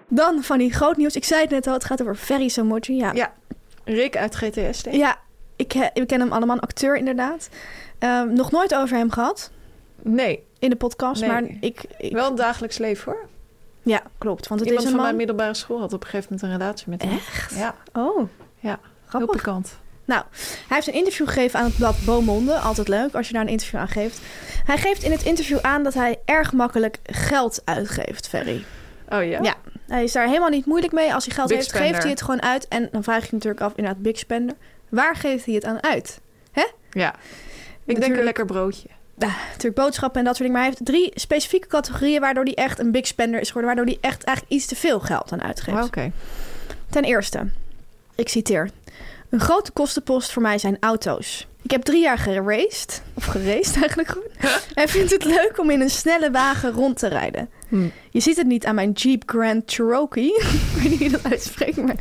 Speaker 3: Dan, Fanny, groot nieuws. Ik zei het net al, het gaat over Ferry Samoji. Ja,
Speaker 2: Ja. Rick uit GTS. denk ik.
Speaker 3: ja ik, he- we kennen hem allemaal, een acteur inderdaad. Ehm, nog nooit over hem gehad
Speaker 2: Nee,
Speaker 3: in de podcast,
Speaker 2: Nee.
Speaker 3: maar ik... ik-
Speaker 2: wel een dagelijks leven hoor.
Speaker 3: Ja, klopt. Want het
Speaker 2: Iemand
Speaker 3: is
Speaker 2: van
Speaker 3: een
Speaker 2: mijn
Speaker 3: man...
Speaker 2: middelbare school had op een gegeven moment een relatie met hem. Echt? Ja,
Speaker 3: Oh,
Speaker 2: ja. heel
Speaker 3: grappig.
Speaker 2: pikant.
Speaker 3: Nou, hij heeft een interview gegeven aan het blad Beaumonde. Altijd leuk als je daar een interview aan geeft. Hij geeft in het interview aan dat hij erg makkelijk geld uitgeeft, Ferry.
Speaker 2: Oh ja?
Speaker 3: Ja, hij is daar helemaal niet moeilijk mee. Als hij geld
Speaker 2: Big
Speaker 3: heeft,
Speaker 2: spender.
Speaker 3: geeft hij het gewoon uit. En dan vraag je je natuurlijk af, inderdaad, big spender. Waar geeft hij het aan uit?
Speaker 2: Ja. Ik denk een
Speaker 3: Natuurlijk.
Speaker 2: lekker broodje.
Speaker 3: Ja, natuurlijk boodschappen en dat soort dingen. Maar hij heeft drie specifieke categorieën waardoor hij echt een big spender is geworden. Waardoor hij echt eigenlijk iets te veel geld aan uitgeeft.
Speaker 2: Oh, Oké.
Speaker 3: Ten eerste, ik citeer. Een grote kostenpost voor mij zijn auto's. Ik heb drie jaar geraced, of geraced eigenlijk goed. Hij vindt het leuk om in een snelle wagen rond te rijden. Je ziet het niet aan mijn Jeep Grand Cherokee. ik weet niet wie dat uitspreekt, maar,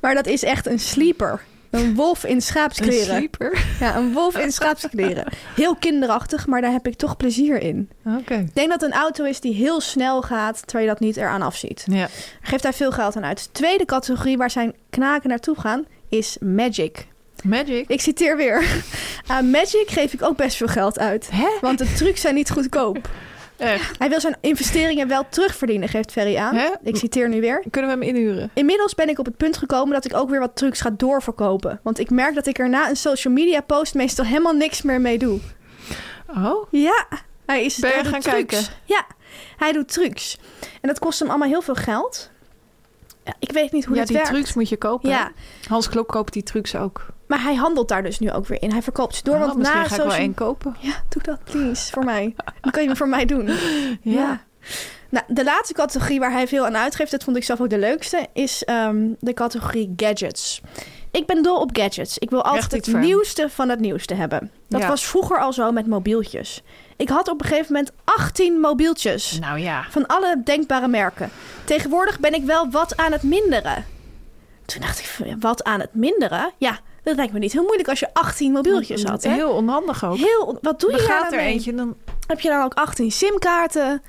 Speaker 3: maar dat is echt een sleeper. Een wolf in schaapskleren.
Speaker 2: sleeper.
Speaker 3: ja, een wolf in schaapskleren. Heel kinderachtig, maar daar heb ik toch plezier in.
Speaker 2: Oké.
Speaker 3: Ik denk dat het een auto is die heel snel gaat, terwijl je dat niet eraan afziet
Speaker 2: Ja.
Speaker 3: geeft hij veel geld aan uit. De tweede categorie waar zijn knaken naartoe gaan is Magic.
Speaker 2: Magic.
Speaker 3: Ik citeer weer. Aan Magic geef ik ook best veel geld uit.
Speaker 2: Hè?
Speaker 3: Want de trucs zijn niet goedkoop.
Speaker 2: Echt.
Speaker 3: Hij wil zijn investeringen wel terugverdienen, geeft Ferry aan.
Speaker 2: Hè?
Speaker 3: Ik citeer nu weer.
Speaker 2: Kunnen we hem inhuren?
Speaker 3: Inmiddels ben ik op het punt gekomen dat ik ook weer wat trucs ga doorverkopen. Want ik merk dat ik er na een social media post meestal helemaal niks meer mee doe.
Speaker 2: Oh.
Speaker 3: Ja, hij is
Speaker 2: Ben je
Speaker 3: hij doet
Speaker 2: gaan
Speaker 3: trucs.
Speaker 2: kijken?
Speaker 3: Ja, hij doet trucs. En dat kost hem allemaal heel veel geld. Ja, ik weet niet hoe
Speaker 2: ja,
Speaker 3: dit
Speaker 2: die
Speaker 3: werkt.
Speaker 2: trucs moet je kopen.
Speaker 3: Ja,
Speaker 2: Hans Klok koopt die trucs ook.
Speaker 3: maar hij handelt daar dus nu ook weer in. Hij verkoopt ze door,
Speaker 2: Oh,
Speaker 3: want
Speaker 2: misschien
Speaker 3: na
Speaker 2: ga ik wel
Speaker 3: social...
Speaker 2: één kopen.
Speaker 3: Ja, doe dat please, voor mij. Dan kan je hem voor mij doen. Ja.
Speaker 2: Ja.
Speaker 3: Nou, de laatste categorie waar hij veel aan uitgeeft, dat vond ik zelf ook de leukste, is ehm, de categorie gadgets. Ik ben dol op gadgets. Ik wil altijd
Speaker 2: Echt iets
Speaker 3: het
Speaker 2: voor hem.
Speaker 3: nieuwste van het nieuwste hebben. Dat
Speaker 2: Ja.
Speaker 3: was vroeger al zo met mobieltjes. Ik had op een gegeven moment 18 mobieltjes.
Speaker 2: Nou ja.
Speaker 3: Van alle denkbare merken. Tegenwoordig ben ik wel wat aan het minderen. Toen dacht ik, van, ja, wat aan het minderen? Ja, dat lijkt me niet heel moeilijk als je 18 mobieltjes had. Hè?
Speaker 2: Heel onhandig ook.
Speaker 3: Heel- wat doe je daar
Speaker 2: Begaat
Speaker 3: nou
Speaker 2: er
Speaker 3: mee?
Speaker 2: eentje, dan...
Speaker 3: Heb je dan ook 18 simkaarten?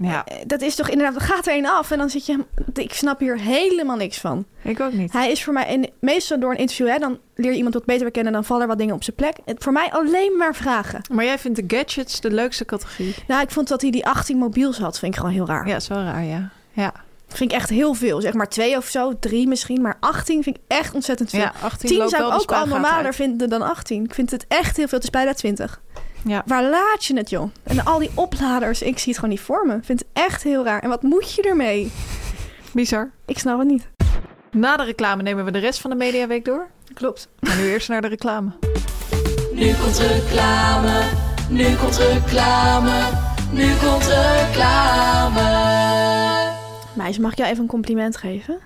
Speaker 2: Ja,
Speaker 3: Eh, Dat is toch inderdaad, er gaat er één af en dan zit je... Ik snap hier helemaal niks van.
Speaker 2: ik ook niet.
Speaker 3: Hij is voor mij, en meestal door een interview, hè, dan leer je iemand wat beter kennen... dan vallen er wat dingen op zijn plek. Het, voor mij alleen maar vragen.
Speaker 2: Maar jij vindt de gadgets de leukste categorie.
Speaker 3: Nou, ik vond dat hij die 18 mobiels had, vind ik gewoon heel raar.
Speaker 2: Ja, is wel raar, ja. Ja,
Speaker 3: Vind ik echt heel veel. Zeg maar twee of zo, drie misschien. Maar 18 vind ik echt ontzettend veel.
Speaker 2: ja 18
Speaker 3: 10
Speaker 2: loopt
Speaker 3: zou
Speaker 2: wel
Speaker 3: ik
Speaker 2: de
Speaker 3: ook al
Speaker 2: spaargaten
Speaker 3: normaler
Speaker 2: uit.
Speaker 3: vinden dan 18. Ik vind het echt heel veel. Het is bijna 20.
Speaker 2: Ja.
Speaker 3: Waar laat je het, joh? En al die opladers, ik zie het gewoon niet voor me. Ik vind het echt heel raar. En wat moet je ermee?
Speaker 2: Bizar.
Speaker 3: Ik snap het niet.
Speaker 2: Na de reclame nemen we de rest van de Mediaweek door.
Speaker 3: Klopt.
Speaker 2: Maar nu eerst naar de reclame.
Speaker 4: Nu komt reclame, nu komt reclame, nu komt reclame.
Speaker 3: Meis, mag ik jou even een compliment geven?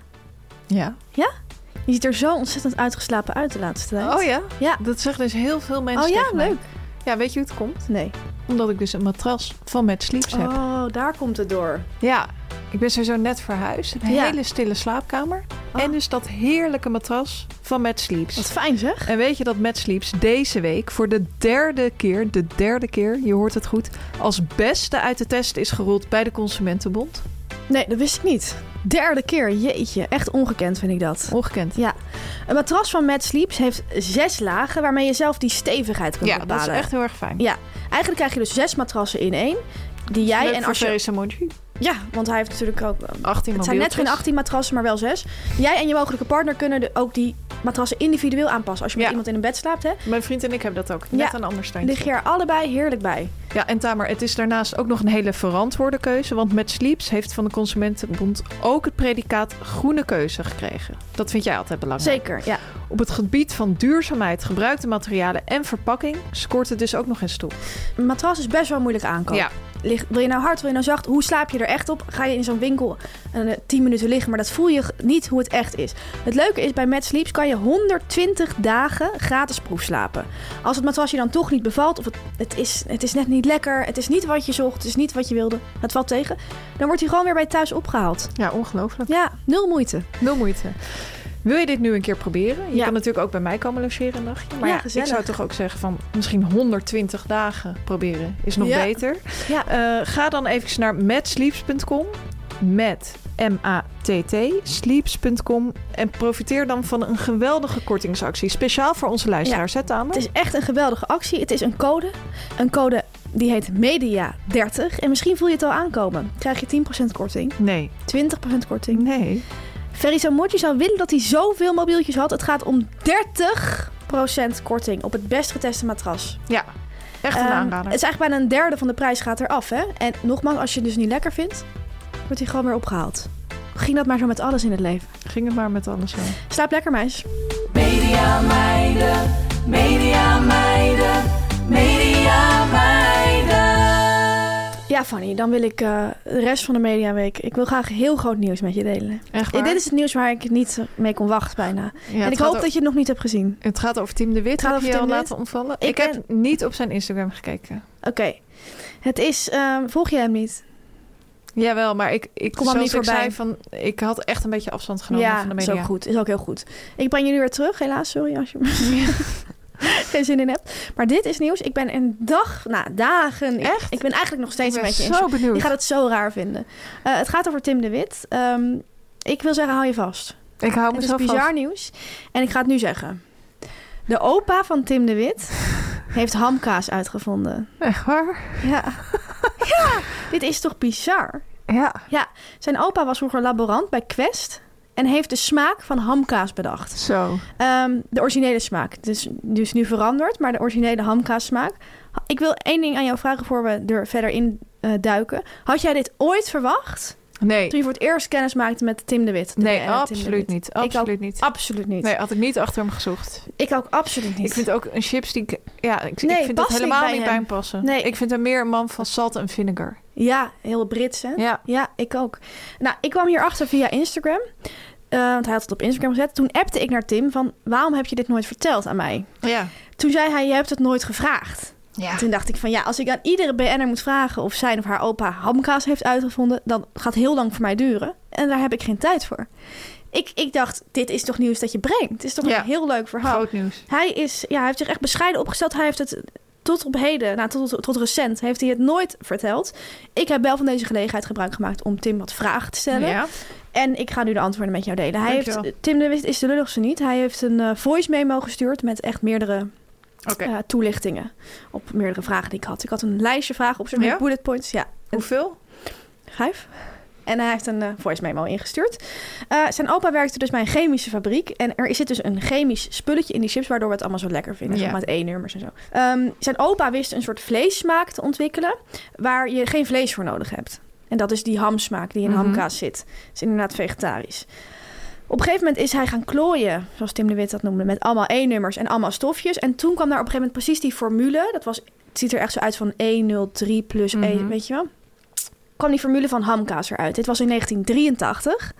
Speaker 2: Ja.
Speaker 3: Je ziet er zo ontzettend uitgeslapen uit de laatste tijd.
Speaker 2: Oh ja?
Speaker 3: Ja.
Speaker 2: Dat zeggen dus heel veel mensen
Speaker 3: Oh ja,
Speaker 2: tegen mij.
Speaker 3: leuk.
Speaker 2: Ja, weet je hoe het komt?
Speaker 3: Nee.
Speaker 2: Omdat ik dus een matras van Mad Sleeps heb.
Speaker 3: Oh, daar komt het door.
Speaker 2: Ja, ik ben sowieso net verhuisd. Een
Speaker 3: Ja. Oh.
Speaker 2: hele stille slaapkamer. En dus dat heerlijke matras van Matt Sleeps.
Speaker 3: Wat fijn zeg.
Speaker 2: En weet je dat Matt Sleeps deze week voor de derde keer, de derde keer, je hoort het goed, als beste uit de test is gerold bij de Consumentenbond?
Speaker 3: Nee, dat wist ik niet. Derde keer, jeetje. Echt ongekend vind ik dat.
Speaker 2: Ongekend.
Speaker 3: Ja. Een matras van Mad Sleeps heeft zes lagen waarmee je zelf die stevigheid kunt
Speaker 2: Ja, dat
Speaker 3: bepalen.
Speaker 2: is echt heel erg fijn.
Speaker 3: Ja, eigenlijk krijg je dus zes matrassen in één. Die jij
Speaker 2: Leuk
Speaker 3: en
Speaker 2: voor
Speaker 3: als je...
Speaker 2: Theresa Monti.
Speaker 3: Ja, want hij heeft natuurlijk ook... eh, Het
Speaker 2: 18
Speaker 3: zijn net geen 18 matrassen, maar wel zes. Jij en je mogelijke partner kunnen de- ook die matrassen individueel aanpassen. Als je met
Speaker 2: Ja.
Speaker 3: iemand in een bed slaapt, hè.
Speaker 2: Mijn vriend en ik hebben dat ook. Net
Speaker 3: Ja.
Speaker 2: een ander steentje.
Speaker 3: Lig je er allebei heerlijk bij.
Speaker 2: Ja, en Tamer, het is daarnaast ook nog een hele verantwoorde keuze. Want Met Sleeps heeft van de Consumentenbond ook het predicaat groene keuze gekregen. Dat vind jij altijd belangrijk.
Speaker 3: Zeker, ja.
Speaker 2: Op het gebied van duurzaamheid, gebruikte materialen en verpakking scoort het dus ook nog eens toe.
Speaker 3: Een matras is best wel moeilijk aankomen.
Speaker 2: Ja.
Speaker 3: Lig- wil je nou hard, wil je nou zacht? Hoe slaap je er echt op? Ga je in zo'n winkel en, eh, 10 minuten liggen, maar dat voel je g- niet hoe het echt is. Het leuke is, bij Mad Sleeps kan je 120 dagen gratis proef slapen. Als het matras je dan toch niet bevalt, of het, het, is, het is net niet lekker, het is niet wat je zocht, het is niet wat je wilde, het valt tegen, dan wordt hij gewoon weer bij je thuis opgehaald.
Speaker 2: Ja, ongelooflijk.
Speaker 3: Ja, nul moeite.
Speaker 2: Nul moeite. Wil je dit nu een keer proberen? Je
Speaker 3: Ja.
Speaker 2: kan natuurlijk ook bij mij komen logeren een dagje. Maar
Speaker 3: Ja,
Speaker 2: ja, ik
Speaker 3: gezellig.
Speaker 2: zou toch ook zeggen van misschien 120 dagen proberen is nog
Speaker 3: Ja.
Speaker 2: beter.
Speaker 3: Ja.
Speaker 2: Eh, ga dan even naar matsleeps.com. Met M-A-T-T, sleeps.com. En profiteer dan van een geweldige kortingsactie. Speciaal voor onze luisteraars, hè Tamer?
Speaker 3: Het is echt een geweldige actie. Het is een code. Een code die heet MEDIA30. En misschien voel je het al aankomen. Krijg je 10% korting,
Speaker 2: Nee.
Speaker 3: 20% korting.
Speaker 2: Nee.
Speaker 3: Ferry Samortje zou willen dat hij zoveel mobieltjes had. Het gaat om 30% korting op het best geteste matras.
Speaker 2: Ja, echt een
Speaker 3: Ehm,
Speaker 2: aanrader.
Speaker 3: Het is eigenlijk bijna een derde van de prijs gaat eraf. Hè? En nogmaals, als je het dus niet lekker vindt, wordt hij gewoon weer opgehaald. Ging dat maar zo met alles in het leven.
Speaker 2: Ging het maar met alles zo.
Speaker 3: Slaap lekker, meis.
Speaker 4: Media meiden, media meiden, media meiden.
Speaker 3: Ja, Fanny, dan wil ik eh, de rest van de Mediaweek... Ik wil graag heel groot nieuws met je delen.
Speaker 2: Echt
Speaker 3: Ja,
Speaker 2: waar?
Speaker 3: Dit is het nieuws waar ik niet mee kon wachten bijna.
Speaker 2: Ja, het
Speaker 3: en ik
Speaker 2: gaat
Speaker 3: hoop
Speaker 2: o-
Speaker 3: dat je het nog niet hebt gezien.
Speaker 2: Het gaat over Tim de Wit.
Speaker 3: gaat
Speaker 2: Heb
Speaker 3: over
Speaker 2: je je al
Speaker 3: Tim de Wit.
Speaker 2: laten ontvallen?
Speaker 3: Ik
Speaker 2: Ik, heb niet op zijn Instagram gekeken.
Speaker 3: Oké. Het is... ehm, volg je hem niet?
Speaker 2: Jawel, maar ik, ik
Speaker 3: Kom hem
Speaker 2: zoals
Speaker 3: niet
Speaker 2: ik zei,
Speaker 3: voorbij.
Speaker 2: van, ik had echt een beetje afstand genomen
Speaker 3: ja,
Speaker 2: van de
Speaker 3: is
Speaker 2: media.
Speaker 3: ook goed. Is ook heel goed. Ik breng jullie weer terug, helaas. Sorry als je geen zin in hebt. Maar dit is nieuws. Ik ben een dag... Nou, dagen... ik-
Speaker 2: Echt?
Speaker 3: Ik ben eigenlijk nog steeds
Speaker 2: Ik
Speaker 3: een
Speaker 2: ben
Speaker 3: beetje...
Speaker 2: zo
Speaker 3: Je
Speaker 2: benieuwd.
Speaker 3: gaat het zo raar vinden. Eh, het gaat over Tim de Wit. Ehm, ik wil zeggen, hou je vast.
Speaker 2: Ik hou
Speaker 3: Het is
Speaker 2: mezelf
Speaker 3: bizar
Speaker 2: vast.
Speaker 3: nieuws. En ik ga het nu zeggen. De opa van Tim de Wit heeft hamkaas uitgevonden.
Speaker 2: Echt waar?
Speaker 3: Ja. Dit is toch bizar?
Speaker 2: Ja.
Speaker 3: Ja, zijn opa was vroeger laborant bij Quest en heeft de smaak van hamkaas bedacht.
Speaker 2: Zo.
Speaker 3: Ehm, de originele smaak. Dus, dus nu veranderd, maar de originele hamkaas-smaak. Ik wil één ding aan jou vragen voor we er verder in eh, duiken. Had jij dit ooit verwacht
Speaker 2: Nee.
Speaker 3: toen je voor het eerst kennis maakte met Tim de Wit? De
Speaker 2: Nee,
Speaker 3: bekende Tim de
Speaker 2: absoluut
Speaker 3: Wit?
Speaker 2: niet.
Speaker 3: Ik ook
Speaker 2: Absoluut niet.
Speaker 3: Absoluut niet.
Speaker 2: Nee, had ik niet achter hem gezocht.
Speaker 3: Ik ook absoluut niet.
Speaker 2: Ik vind ook een chips die... ik- Ja, ik,
Speaker 3: Nee,
Speaker 2: ik vind dat
Speaker 3: past niet
Speaker 2: helemaal
Speaker 3: bij
Speaker 2: niet
Speaker 3: hem.
Speaker 2: bij hem passen.
Speaker 3: Nee.
Speaker 2: Ik vind hem meer een man van salt en vinegar.
Speaker 3: Ja, heel Brits, hè?
Speaker 2: Ja.
Speaker 3: ik ook. Nou, ik kwam hierachter via Instagram. Eh, want hij had het op Instagram gezet. Toen appte ik naar Tim van... waarom heb je dit nooit verteld aan mij?
Speaker 2: Ja.
Speaker 3: Toen zei hij, je hebt het nooit gevraagd. Toen dacht ik van, ja, als ik aan iedere BN'er moet vragen... of zijn of haar opa hamkaas heeft uitgevonden... dan gaat heel lang voor mij duren. En daar heb ik geen tijd voor. Ik, ik dacht, dit is toch nieuws dat je brengt? Het is toch
Speaker 2: Ja.
Speaker 3: een heel leuk verhaal?
Speaker 2: Groot nieuws.
Speaker 3: Hij, is, ja, hij heeft zich echt bescheiden opgesteld. Hij heeft het tot op heden, nou, tot, tot recent, heeft hij het nooit verteld. Ik heb wel van deze gelegenheid gebruik gemaakt om Tim wat vragen te stellen.
Speaker 2: Ja.
Speaker 3: En ik ga nu de antwoorden met jou delen. Hij heeft,
Speaker 2: Dankjewel.
Speaker 3: Tim de Wit is de lulligste niet. Hij heeft een eh, voice memo gestuurd met echt meerdere
Speaker 2: Oké.
Speaker 3: eh, toelichtingen. Op meerdere vragen die ik had. Ik had een lijstje vragen op zo'n
Speaker 2: Ja?
Speaker 3: bullet points. Ja,
Speaker 2: Hoeveel?
Speaker 3: Vijf. En hij heeft een eh, voice memo ingestuurd. Eh, zijn opa werkte dus bij een chemische fabriek. En er zit dus een chemisch spulletje in die chips... waardoor we het allemaal zo lekker vinden.
Speaker 2: Ja.
Speaker 3: Zeg maar met E-nummers en zo. Ehm, zijn opa wist een soort vleessmaak te ontwikkelen... waar je geen vlees voor nodig hebt. En dat is die hamsmaak die in
Speaker 2: Mhm.
Speaker 3: hamkaas zit. Dat is inderdaad vegetarisch. Op een gegeven moment is hij gaan klooien, zoals Tim de Wit dat noemde... met allemaal E-nummers en allemaal stofjes. En toen kwam daar op een gegeven moment precies die formule. Dat was, het ziet er echt zo uit van 103 plus 1,
Speaker 2: Mhm.
Speaker 3: weet je wel? kwam die formule van hamkaas eruit. Dit was in 1983.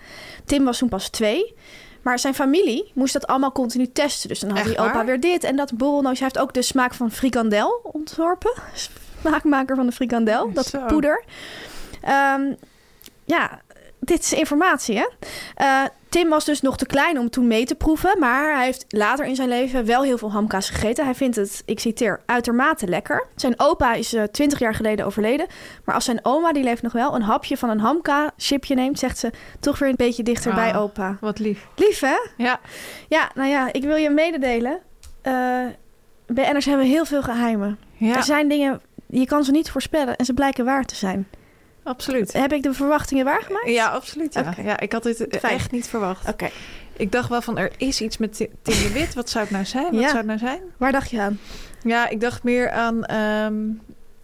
Speaker 3: Tim was toen pas twee. Maar zijn familie moest dat allemaal continu testen. Dus dan had
Speaker 2: Echt
Speaker 3: die opa
Speaker 2: waar?
Speaker 3: weer dit en dat borrelnootje. Hij heeft ook de smaak van frikandel ontworpen. Smaakmaker van de frikandel, dat
Speaker 2: Zo.
Speaker 3: poeder. Ehm, ja, dit is informatie, hè? Eh, Tim was dus nog te klein om toen mee te proeven, maar hij heeft later in zijn leven wel heel veel hamkaas gegeten. Hij vindt het, ik citeer, uitermate lekker. Zijn opa is eh, twintig jaar geleden overleden, maar als zijn oma, die leeft nog wel, een hapje van een hamka-chipje neemt, zegt ze toch weer een beetje dichter
Speaker 2: Ah.
Speaker 3: bij opa.
Speaker 2: Wat lief.
Speaker 3: Lief, hè?
Speaker 2: Ja.
Speaker 3: Ja, nou ja, ik wil je mededelen. Eh BN'ers hebben heel veel geheimen.
Speaker 2: Ja,
Speaker 3: Er zijn dingen, je kan ze niet voorspellen en ze blijken waar te zijn.
Speaker 2: absoluut.
Speaker 3: Heb ik de verwachtingen waargemaakt?
Speaker 2: Ja, absoluut. Ja.
Speaker 3: Oké.
Speaker 2: ja, ik had dit eh,
Speaker 3: Fijn.
Speaker 2: echt niet verwacht.
Speaker 3: Oké,
Speaker 2: Ik dacht wel van, er is iets met Ti- Tim de Wit. Wat zou het nou zijn? Wat
Speaker 3: Ja.
Speaker 2: zou het nou zijn?
Speaker 3: waar dacht je aan?
Speaker 2: Ja, ik dacht meer aan ehm,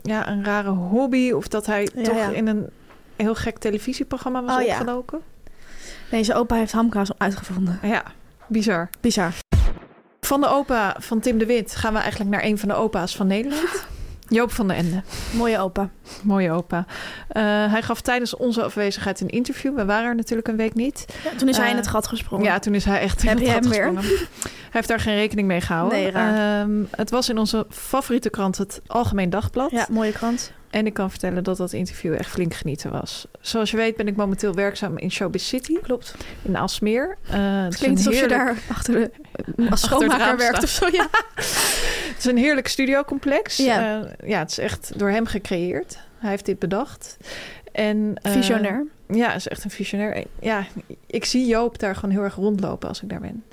Speaker 2: ja, een rare hobby. Of dat hij
Speaker 3: Ja,
Speaker 2: toch
Speaker 3: ja.
Speaker 2: in een heel gek televisieprogramma was
Speaker 3: Oh, ja.
Speaker 2: opgedoken.
Speaker 3: Deze opa heeft hamkaas uitgevonden.
Speaker 2: Ja. bizar.
Speaker 3: Bizar.
Speaker 2: Van de opa van Tim de Wit gaan we eigenlijk naar een van de opa's van Nederland. Joop van der Ende.
Speaker 3: Mooie opa.
Speaker 2: Mooie opa. Eh, hij gaf tijdens onze afwezigheid een interview. We waren er natuurlijk een week niet.
Speaker 3: toen is hij
Speaker 2: Eh,
Speaker 3: in het gat gesprongen.
Speaker 2: Ja, toen is hij echt
Speaker 3: Oh. Heb
Speaker 2: in
Speaker 3: je
Speaker 2: het gat
Speaker 3: hem weer?
Speaker 2: gesprongen. Hij heeft daar geen rekening mee gehouden.
Speaker 3: Nee, raar.
Speaker 2: Ehm, het was in onze favoriete krant het Algemeen Dagblad.
Speaker 3: Ja, mooie krant.
Speaker 2: En ik kan vertellen dat dat interview echt flink genieten was. Zoals je weet ben ik momenteel werkzaam in Showbiz City
Speaker 3: Klopt.
Speaker 2: in Aalsmeer. Eh, het
Speaker 3: Het
Speaker 2: is
Speaker 3: klinkt
Speaker 2: een
Speaker 3: alsof je
Speaker 2: heerlijk-
Speaker 3: daar achter de, als
Speaker 2: Achter het raam
Speaker 3: schoonmaker werkt
Speaker 2: staat.
Speaker 3: of zo. Ja.
Speaker 2: Het is een heerlijk studiocomplex.
Speaker 3: Ja.
Speaker 2: Eh, ja, het is echt door hem gecreëerd. Hij heeft dit bedacht. En, eh,
Speaker 3: Visionair.
Speaker 2: Ja, is echt een visionair. Eh, Ja, ik zie Joop daar gewoon heel erg rondlopen als ik daar ben.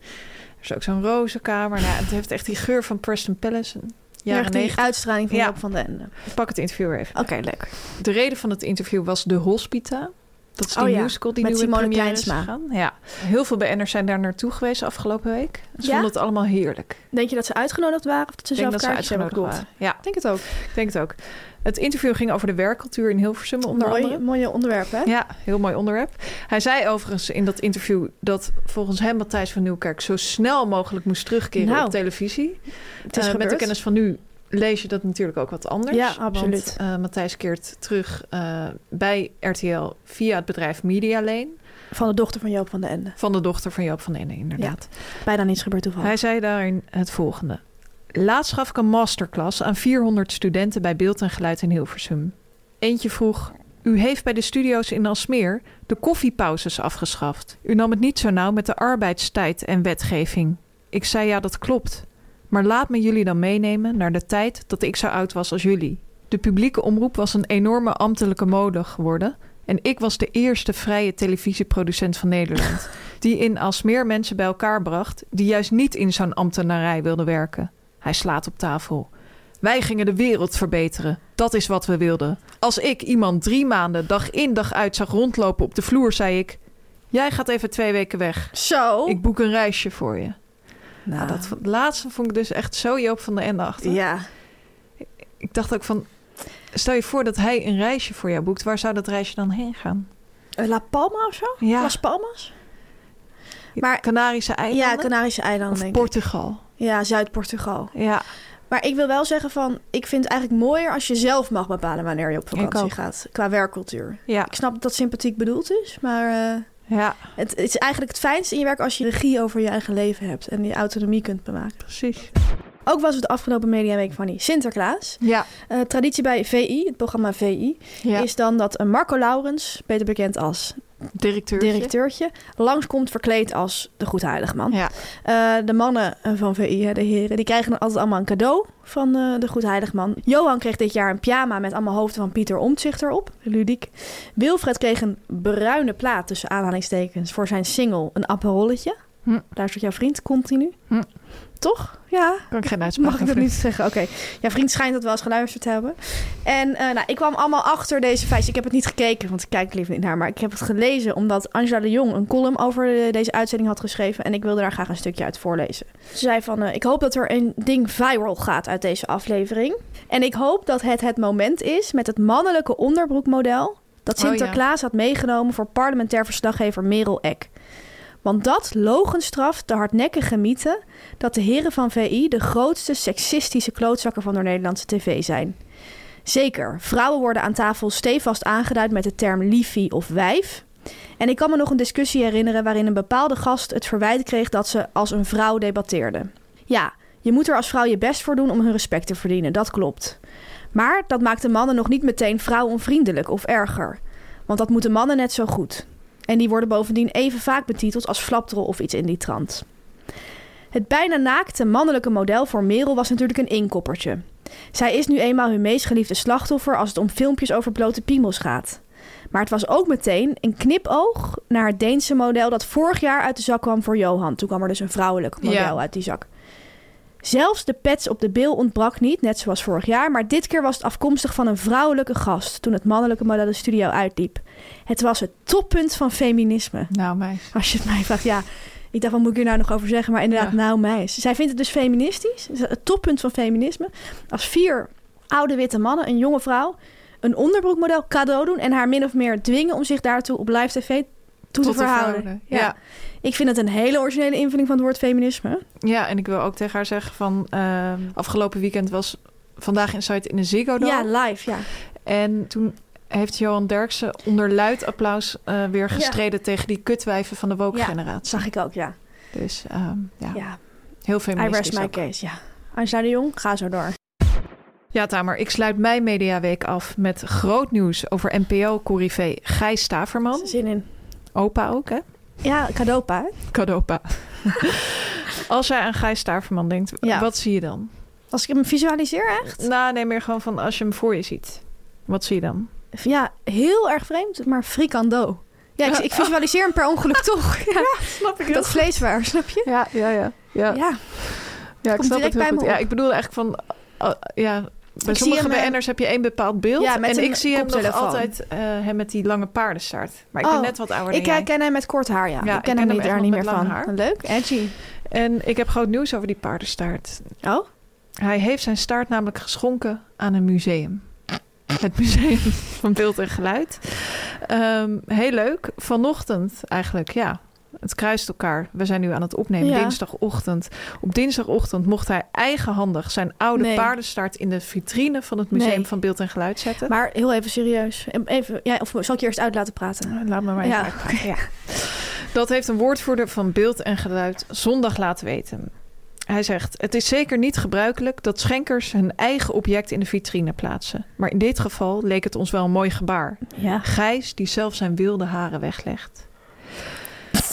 Speaker 2: Er is ook zo'n rozenkamer. Nou, het heeft echt die geur van Preston Palace. een
Speaker 3: Jaren
Speaker 2: Jaren
Speaker 3: die
Speaker 2: negentig.
Speaker 3: uitstraling van
Speaker 2: Ja.
Speaker 3: Joop van den Ende.
Speaker 2: Ik Pak het interview weer even.
Speaker 3: Oké, lekker.
Speaker 2: De reden van het interview was De Hospita. Dat is die
Speaker 3: Oh ja,
Speaker 2: musical die
Speaker 3: met
Speaker 2: nu in
Speaker 3: Simone
Speaker 2: première is
Speaker 3: Kleinsma.
Speaker 2: gegaan. Ja. Heel veel BN'ers zijn daar naartoe geweest afgelopen week. Ze
Speaker 3: Ja?
Speaker 2: vonden het allemaal heerlijk.
Speaker 3: Denk je dat ze uitgenodigd waren of dat ze
Speaker 2: Ik denk
Speaker 3: zelf
Speaker 2: dat ze
Speaker 3: kaartjes hebben
Speaker 2: uitgenodigd
Speaker 3: gekocht?
Speaker 2: waren. Ja,
Speaker 3: Ik denk het ook.
Speaker 2: ik denk het ook. Het interview ging over de werkcultuur in Hilversum onder
Speaker 3: Mooi,
Speaker 2: andere.
Speaker 3: mooie onderwerp, hè?
Speaker 2: Ja, heel mooi onderwerp. Hij zei overigens in dat interview dat volgens hem Matthijs van Nieuwkerk zo snel mogelijk moest terugkeren
Speaker 3: Nou,
Speaker 2: op televisie.
Speaker 3: het is
Speaker 2: Eh, met de
Speaker 3: gebeurd.
Speaker 2: kennis van nu lees je dat natuurlijk ook wat anders.
Speaker 3: Ja, absoluut.
Speaker 2: Want, eh, Matthijs keert terug eh, bij RTL via het bedrijf Media Lane
Speaker 3: Van de dochter van Joop van den Ende.
Speaker 2: van de dochter van Joop van Enne, inderdaad.
Speaker 3: Bijna niets gebeurt toevallig.
Speaker 2: Hij zei daarin het volgende. Laatst gaf ik een masterclass aan 400 studenten bij Beeld en Geluid in Hilversum. Eentje vroeg, u heeft bij de studio's in Alsmeer de koffiepauzes afgeschaft. U nam het niet zo nauw met de arbeidstijd en wetgeving. Ik zei ja, dat klopt. Maar laat me jullie dan meenemen naar de tijd dat ik zo oud was als jullie. De publieke omroep was een enorme ambtelijke mode geworden. En ik was de eerste vrije televisieproducent van Nederland. Die in Alsmeer mensen bij elkaar bracht die juist niet in zo'n ambtenarij wilden werken. Hij slaat op tafel. Wij gingen de wereld verbeteren. Dat is wat we wilden. Als ik iemand drie maanden dag in dag uit zag rondlopen op de vloer, zei ik... Jij gaat even twee weken weg.
Speaker 3: Zo.
Speaker 2: Ik boek een reisje voor je.
Speaker 3: Oh. nou,
Speaker 2: Nou, dat v- laatste vond ik dus echt zo Joop van de Ende achter.
Speaker 3: Ja.
Speaker 2: Ik dacht ook van, stel je voor dat hij een reisje voor jou boekt. Waar zou dat reisje dan heen gaan?
Speaker 3: Eh, La Palma of zo?
Speaker 2: Ja.
Speaker 3: Las Palmas? maar-
Speaker 2: Canarische eilanden?
Speaker 3: Ja, Canarische eilanden,
Speaker 2: of
Speaker 3: denk ik.
Speaker 2: Portugal?
Speaker 3: Ja, Zuid-Portugal.
Speaker 2: Ja,
Speaker 3: Maar ik wil wel zeggen van... Ik vind het eigenlijk mooier als je zelf mag bepalen wanneer je op
Speaker 2: ook.
Speaker 3: vakantie gaat. Qua werkcultuur.
Speaker 2: ja,
Speaker 3: Ik snap dat dat sympathiek bedoeld is, maar... eh,
Speaker 2: ja.
Speaker 3: het, het is eigenlijk het fijnste in je werk als je regie over je eigen leven hebt en die autonomie kunt bewaken.
Speaker 2: Precies.
Speaker 3: Ook was het afgelopen mediaweek van die Sinterklaas.
Speaker 2: Ja.
Speaker 3: Eh, traditie bij VI, het programma VI,
Speaker 2: ja.
Speaker 3: is dan dat een Marco Laurens, beter bekend als
Speaker 2: directeur.
Speaker 3: directeurtje, langskomt verkleed als de Goedheiligman.
Speaker 2: Ja.
Speaker 3: Eh, de mannen eh, van VI, hè, de heren, die krijgen dan altijd allemaal een cadeau van eh, de Goedheiligman. Johan kreeg dit jaar een pyjama met allemaal hoofden van Pieter Omtzigt erop. Ludiek. Wilfred kreeg een bruine plaat tussen aanhalingstekens voor zijn single Een Aperolletje.
Speaker 2: Hm.
Speaker 3: Daar zit jouw vriend continu.
Speaker 2: Hm.
Speaker 3: Toch? Ja.
Speaker 2: Kan ik geen uitspraak
Speaker 3: Mag ik dat
Speaker 2: over doen.
Speaker 3: niet zeggen? Oké. Ja, vriend schijnt dat wel eens geluisterd te hebben. En eh, nou, ik kwam allemaal achter deze feitjes. Ik heb het niet gekeken, want ik kijk liever niet naar. Maar ik heb het gelezen omdat Angela de Jong een column over eh, deze uitzending had geschreven. En ik wilde daar graag een stukje uit voorlezen. Ze zei van, eh, ik hoop dat er een ding viral gaat uit deze aflevering. En ik hoop dat het het moment is met het mannelijke onderbroekmodel... dat
Speaker 2: Oh, ja.
Speaker 3: Sinterklaas had meegenomen voor parlementair verslaggever Merel Eck. Want dat logenstraft de hardnekkige mythe dat de heren van VI de grootste seksistische klootzakken van de Nederlandse tv zijn. Zeker, vrouwen worden aan tafel stevast aangeduid met de term liefie of wijf. En ik kan me nog een discussie herinneren waarin een bepaalde gast het verwijt kreeg dat ze als een vrouw debatteerde. Ja, je moet er als vrouw je best voor doen om hun respect te verdienen, dat klopt. Maar dat maakt de mannen nog niet meteen vrouwonvriendelijk of erger. Want dat moeten mannen net zo goed. En die worden bovendien even vaak betiteld als flapdrol of iets in die trant. Het bijna naakte mannelijke model voor Merel was natuurlijk een inkoppertje. Zij is nu eenmaal hun meest geliefde slachtoffer als het om filmpjes over blote piemels gaat. Maar het was ook meteen een knipoog naar het Deense model dat vorig jaar uit de zak kwam voor Johan. Toen kwam er dus een vrouwelijk model
Speaker 4: Ja.
Speaker 3: uit die zak. Zelfs de pets op de bil ontbrak niet, net zoals vorig jaar. Maar dit keer was het afkomstig van een vrouwelijke gast toen het mannelijke model de studio uitliep. Het was het toppunt van feminisme.
Speaker 2: Nou, meis.
Speaker 3: Als je het mij vraagt, ja. Ik dacht, wat moet ik hier nou nog over zeggen? Maar inderdaad,
Speaker 2: Ja.
Speaker 3: nou meis. Zij vindt het dus feministisch. Het toppunt van feminisme. Als vier oude witte mannen, een jonge vrouw... een onderbroekmodel cadeau doen... en haar min of meer dwingen om zich daartoe op live tv toe te verhouden.
Speaker 2: Ja. ja.
Speaker 3: Ik vind het een hele originele invulling van het woord feminisme.
Speaker 2: en ik wil ook tegen haar zeggen van... ehm, afgelopen weekend was Vandaag in Zuid in de Ziggo Dome.
Speaker 3: Ja, live, ja.
Speaker 2: En toen heeft Johan Derksen onder luid applaus eh, weer gestreden tegen die kutwijven van de woke
Speaker 3: Ja. Dat
Speaker 2: generatie.
Speaker 3: zag ik ook, ja.
Speaker 2: Dus ehm, ja.
Speaker 3: ja.
Speaker 2: heel
Speaker 3: I rest
Speaker 2: feministisch
Speaker 3: my
Speaker 2: ook.
Speaker 3: case, ja. Angela de Jong, ga zo door.
Speaker 2: Ja, Tamer, ik sluit mijn mediaweek af met groot nieuws over NPO-corrivé Gijs Staverman.
Speaker 3: Zin in.
Speaker 2: Opa ook, hè?
Speaker 3: Ja, cadeaupa. hè?
Speaker 2: Kadopa. Als jij aan Gijs Staverman denkt,
Speaker 3: Ja.
Speaker 2: wat zie je dan?
Speaker 3: Als ik hem visualiseer, echt.
Speaker 2: Nou, nee, meer gewoon van als je hem voor je ziet. Wat zie je dan?
Speaker 3: Ja, heel erg vreemd, maar frikando. Ja, ik, ik visualiseer hem per ongeluk toch. Ja,
Speaker 2: Snap ik
Speaker 3: dat vleeswaar, snap je?
Speaker 2: Ja, ja, ja. Ja, ja,
Speaker 3: Ja,
Speaker 2: ik
Speaker 3: komt
Speaker 2: snap het heel
Speaker 3: direct bij
Speaker 2: goed.
Speaker 3: me
Speaker 2: Ja,
Speaker 3: op.
Speaker 2: ik bedoel eigenlijk van... ah, ja, bij
Speaker 3: Ik
Speaker 2: sommige
Speaker 3: zie hem, eh,
Speaker 2: BN'ers heb je één bepaald beeld.
Speaker 3: ja, met
Speaker 2: en
Speaker 3: een
Speaker 2: ik zie hem nog
Speaker 3: koptelefoon.
Speaker 2: altijd eh, hem met die lange paardenstaart. Maar ik
Speaker 3: Oh,
Speaker 2: ben net wat ouder
Speaker 3: ik
Speaker 2: dan jij.
Speaker 3: ken- ken hem met kort haar, ja. ik ken hem, niet-
Speaker 2: echt
Speaker 3: daar
Speaker 2: nog
Speaker 3: niet meer
Speaker 2: met
Speaker 3: van.
Speaker 2: lang haar.
Speaker 3: Leuk, edgy.
Speaker 2: En ik heb groot nieuws over die paardenstaart.
Speaker 3: Oh?
Speaker 2: Hij heeft zijn staart namelijk geschonken aan een museum. Het Museum van Beeld en Geluid. Ehm, heel leuk. Vanochtend eigenlijk, ja. Het kruist elkaar. We zijn nu aan het opnemen,
Speaker 3: Ja.
Speaker 2: dinsdagochtend. Op dinsdagochtend mocht hij eigenhandig zijn oude
Speaker 3: Nee.
Speaker 2: paardenstaart... in de vitrine van het Museum
Speaker 3: Nee.
Speaker 2: van Beeld en Geluid zetten.
Speaker 3: Maar heel even serieus. Even, ja, of zal ik je eerst uit laten praten?
Speaker 2: Nou, Laat me maar even
Speaker 3: Ja,
Speaker 2: uitpraten. Ja. Dat heeft een woordvoerder van Beeld en Geluid zondag laten weten. Hij zegt, het is zeker niet gebruikelijk dat schenkers hun eigen object in de vitrine plaatsen. Maar in dit geval leek het ons wel een mooi gebaar.
Speaker 3: Ja.
Speaker 2: Gijs, die zelf zijn wilde haren weglegt.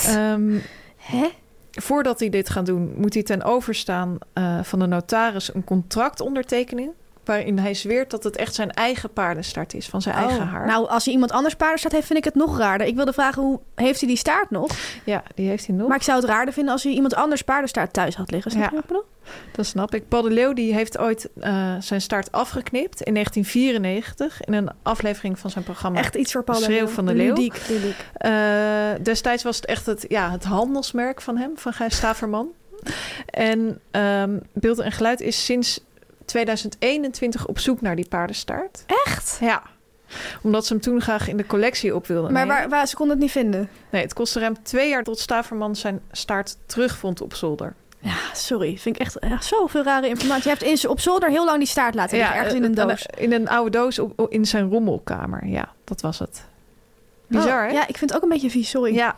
Speaker 2: Ehm,
Speaker 3: Hè?
Speaker 2: voordat hij dit gaat doen, moet hij ten overstaan eh, van de notaris een contract ondertekenen. Waarin hij zweert dat het echt zijn eigen paardenstaart is, van zijn eigen
Speaker 3: Oh.
Speaker 2: haar.
Speaker 3: Nou, als hij iemand anders paardenstaart heeft, vind ik het nog raarder. Ik wilde vragen, hoe heeft hij die staart nog?
Speaker 2: ja, die heeft hij nog.
Speaker 3: Maar ik zou het raarder vinden als hij iemand anders paardenstaart thuis had liggen. Snap je
Speaker 2: Ja.
Speaker 3: wat ik bedoel?
Speaker 2: Dat snap ik. Paul de Leeuw die heeft ooit eh, zijn staart afgeknipt in 1994 in een aflevering van zijn programma.
Speaker 3: Echt iets voor Paul de
Speaker 2: Schreeuw
Speaker 3: Leeuw.
Speaker 2: van de leeuw.
Speaker 3: Ludiek, ludiek.
Speaker 2: Eh, destijds was het echt het, ja, het handelsmerk van hem, van Gijs Staverman. en ehm Beeld en Geluid is sinds 2021 op zoek naar die paardenstaart.
Speaker 3: Echt?
Speaker 2: Ja, omdat ze hem toen graag in de collectie op wilden.
Speaker 3: Maar
Speaker 2: nemen.
Speaker 3: waar, waar, ze konden het niet vinden.
Speaker 2: Nee, het kostte ruim twee jaar tot Staverman zijn staart terugvond op zolder.
Speaker 3: Ja, sorry. Vind ik echt, echt zoveel rare informatie. Je hebt in, op zolder heel lang die staart laten liggen. ergens in een
Speaker 2: eh,
Speaker 3: doos.
Speaker 2: In een oude doos op- op- in zijn rommelkamer. Ja, dat was het. Bizar,
Speaker 3: Oh,
Speaker 2: hè?
Speaker 3: Ja, ik vind het ook een beetje vies, sorry.
Speaker 2: Ja.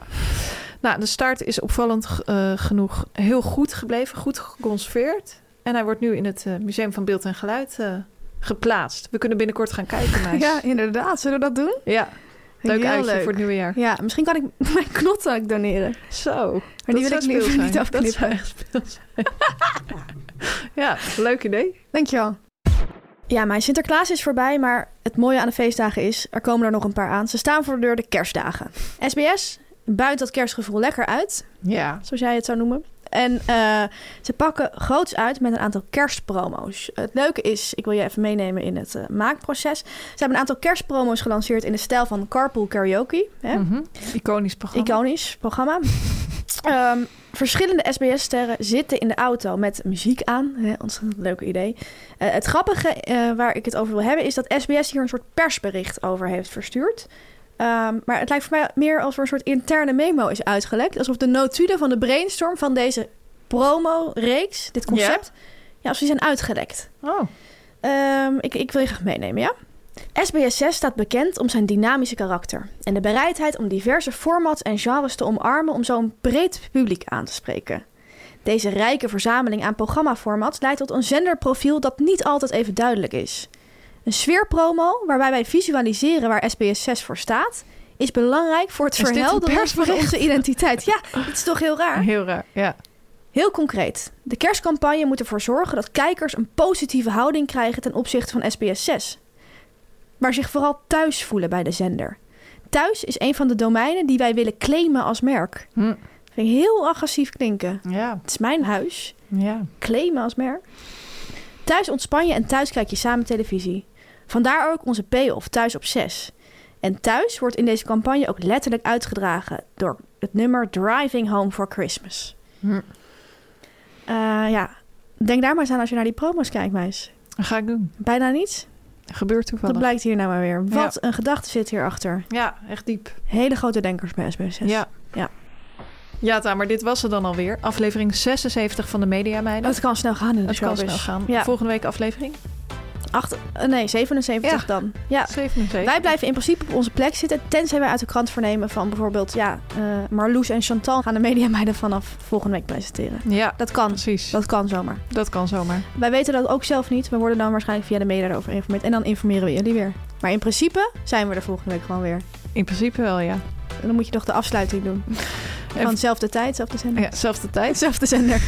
Speaker 2: Nou, de staart is opvallend eh, genoeg heel goed gebleven, goed geconserveerd. En hij wordt nu in het eh, Museum van Beeld en Geluid eh, geplaatst. We kunnen binnenkort gaan kijken, meis.
Speaker 3: Ja, inderdaad. Zullen we dat doen?
Speaker 2: Ja, leuk
Speaker 3: Heel
Speaker 2: uitje
Speaker 3: leuk.
Speaker 2: voor het nieuwe jaar.
Speaker 3: Ja, misschien kan ik mijn knot ook doneren.
Speaker 2: Zo. Maar
Speaker 3: die wil ik liever niet afknippen.
Speaker 2: Dat zou echt speel zijn. ja, leuk idee.
Speaker 3: Dankjewel. Ja, mijn Sinterklaas is voorbij, maar het mooie aan de feestdagen is... er komen er nog een paar aan. Ze staan voor de deur de kerstdagen. SBS buit dat kerstgevoel lekker uit.
Speaker 2: Ja.
Speaker 3: zoals jij het zou noemen. En eh, ze pakken groots uit met een aantal kerstpromo's. Het leuke is, ik wil je even meenemen in het eh, maakproces. Ze hebben een aantal kerstpromo's gelanceerd in de stijl van Carpool Karaoke. Hè?
Speaker 2: Mhm. Iconisch programma.
Speaker 3: Iconisch programma. Ehm, verschillende SBS-sterren zitten in de auto met muziek aan. Hè? Ontzettend leuk idee. Eh, het grappige eh, waar ik het over wil hebben is dat SBS hier een soort persbericht over heeft verstuurd. Ehm, maar het lijkt voor mij meer alsof er een soort interne memo is uitgelekt. Alsof de notulen van de brainstorm van deze promo-reeks, dit concept, ja, alsof die zijn uitgelekt.
Speaker 2: Oh.
Speaker 3: Ehm, ik, ik wil je graag meenemen, ja? SBS6 staat bekend om zijn dynamische karakter en de bereidheid om diverse formats en genres te omarmen om zo'n breed publiek aan te spreken. Deze rijke verzameling aan programmaformats leidt tot een zenderprofiel dat niet altijd even duidelijk is. Een sfeerpromo waarbij wij visualiseren waar SBS6 voor staat, is belangrijk voor het
Speaker 2: Is dit een
Speaker 3: verhelderen van
Speaker 2: persbericht?
Speaker 3: onze identiteit. Ja, dat is toch heel raar?
Speaker 2: Heel raar, ja.
Speaker 3: Heel concreet. De kerstcampagne moet ervoor zorgen dat kijkers een positieve houding krijgen ten opzichte van SBS 6. Maar zich vooral thuis voelen bij de zender. Thuis is een van de domeinen die wij willen claimen als merk.
Speaker 2: Hm.
Speaker 3: Vind ik heel agressief klinken.
Speaker 2: Ja,
Speaker 3: Het is mijn huis.
Speaker 2: ja.
Speaker 3: claimen als merk. Thuis ontspan je en thuis kijk je samen televisie. Vandaar ook onze payoff Thuis op 6. En thuis wordt in deze campagne ook letterlijk uitgedragen door het nummer Driving Home for Christmas.
Speaker 2: Hm.
Speaker 3: Eh, ja, denk daar maar eens aan als je naar die promo's kijkt, meis.
Speaker 2: Dat ga ik doen.
Speaker 3: Bijna niets.
Speaker 2: Gebeurt
Speaker 3: Dat
Speaker 2: toevallig.
Speaker 3: blijkt hier nou maar weer. Wat een gedachte zit hierachter.
Speaker 2: Ja, echt diep.
Speaker 3: Hele grote denkers bij SBS 6.
Speaker 2: Dus- Ja.
Speaker 3: Ja.
Speaker 2: Ja, Tamer, dit was het dan alweer. Aflevering 76 van de Media Meiden.
Speaker 3: Het kan snel gaan in de
Speaker 2: Het kan snel
Speaker 3: showbiz.
Speaker 2: gaan.
Speaker 3: Ja.
Speaker 2: Volgende week aflevering
Speaker 3: Acht, eh, nee, 77
Speaker 2: Ja.
Speaker 3: dan. Ja.
Speaker 2: 77.
Speaker 3: Wij blijven in principe op onze plek zitten, tenzij wij uit de krant vernemen van bijvoorbeeld, ja, eh, Marloes en Chantal gaan de media meiden vanaf volgende week presenteren.
Speaker 2: Ja,
Speaker 3: Dat kan.
Speaker 2: precies. Dat,
Speaker 3: Dat kan zomaar.
Speaker 2: kan zomaar.
Speaker 3: Wij weten dat ook zelf niet. We worden dan waarschijnlijk via de media erover geïnformeerd. En dan informeren we jullie weer. Maar in principe zijn we er volgende week gewoon weer.
Speaker 2: In principe wel, ja.
Speaker 3: En dan moet je toch de afsluiting doen. Van dezelfde tijd, zelfde zender.
Speaker 2: ja zelfde tijd.
Speaker 3: Zelfde zender.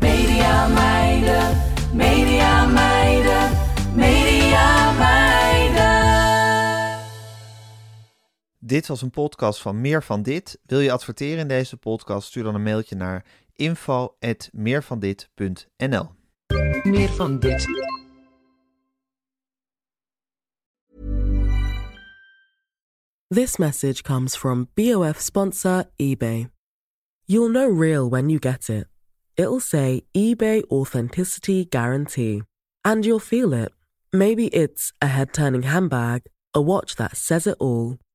Speaker 4: Media meiden, media meiden, media meiden.
Speaker 6: Dit was een podcast van Meer van Dit. Wil je adverteren in deze podcast? Stuur dan een mailtje naar info.meervandit.nl
Speaker 7: Meer van dit.
Speaker 8: This message comes from BOF sponsor eBay. You'll know real when you get it. It'll say eBay Authenticity Guarantee. And you'll feel it. Maybe it's a head turning handbag, a watch that says it all,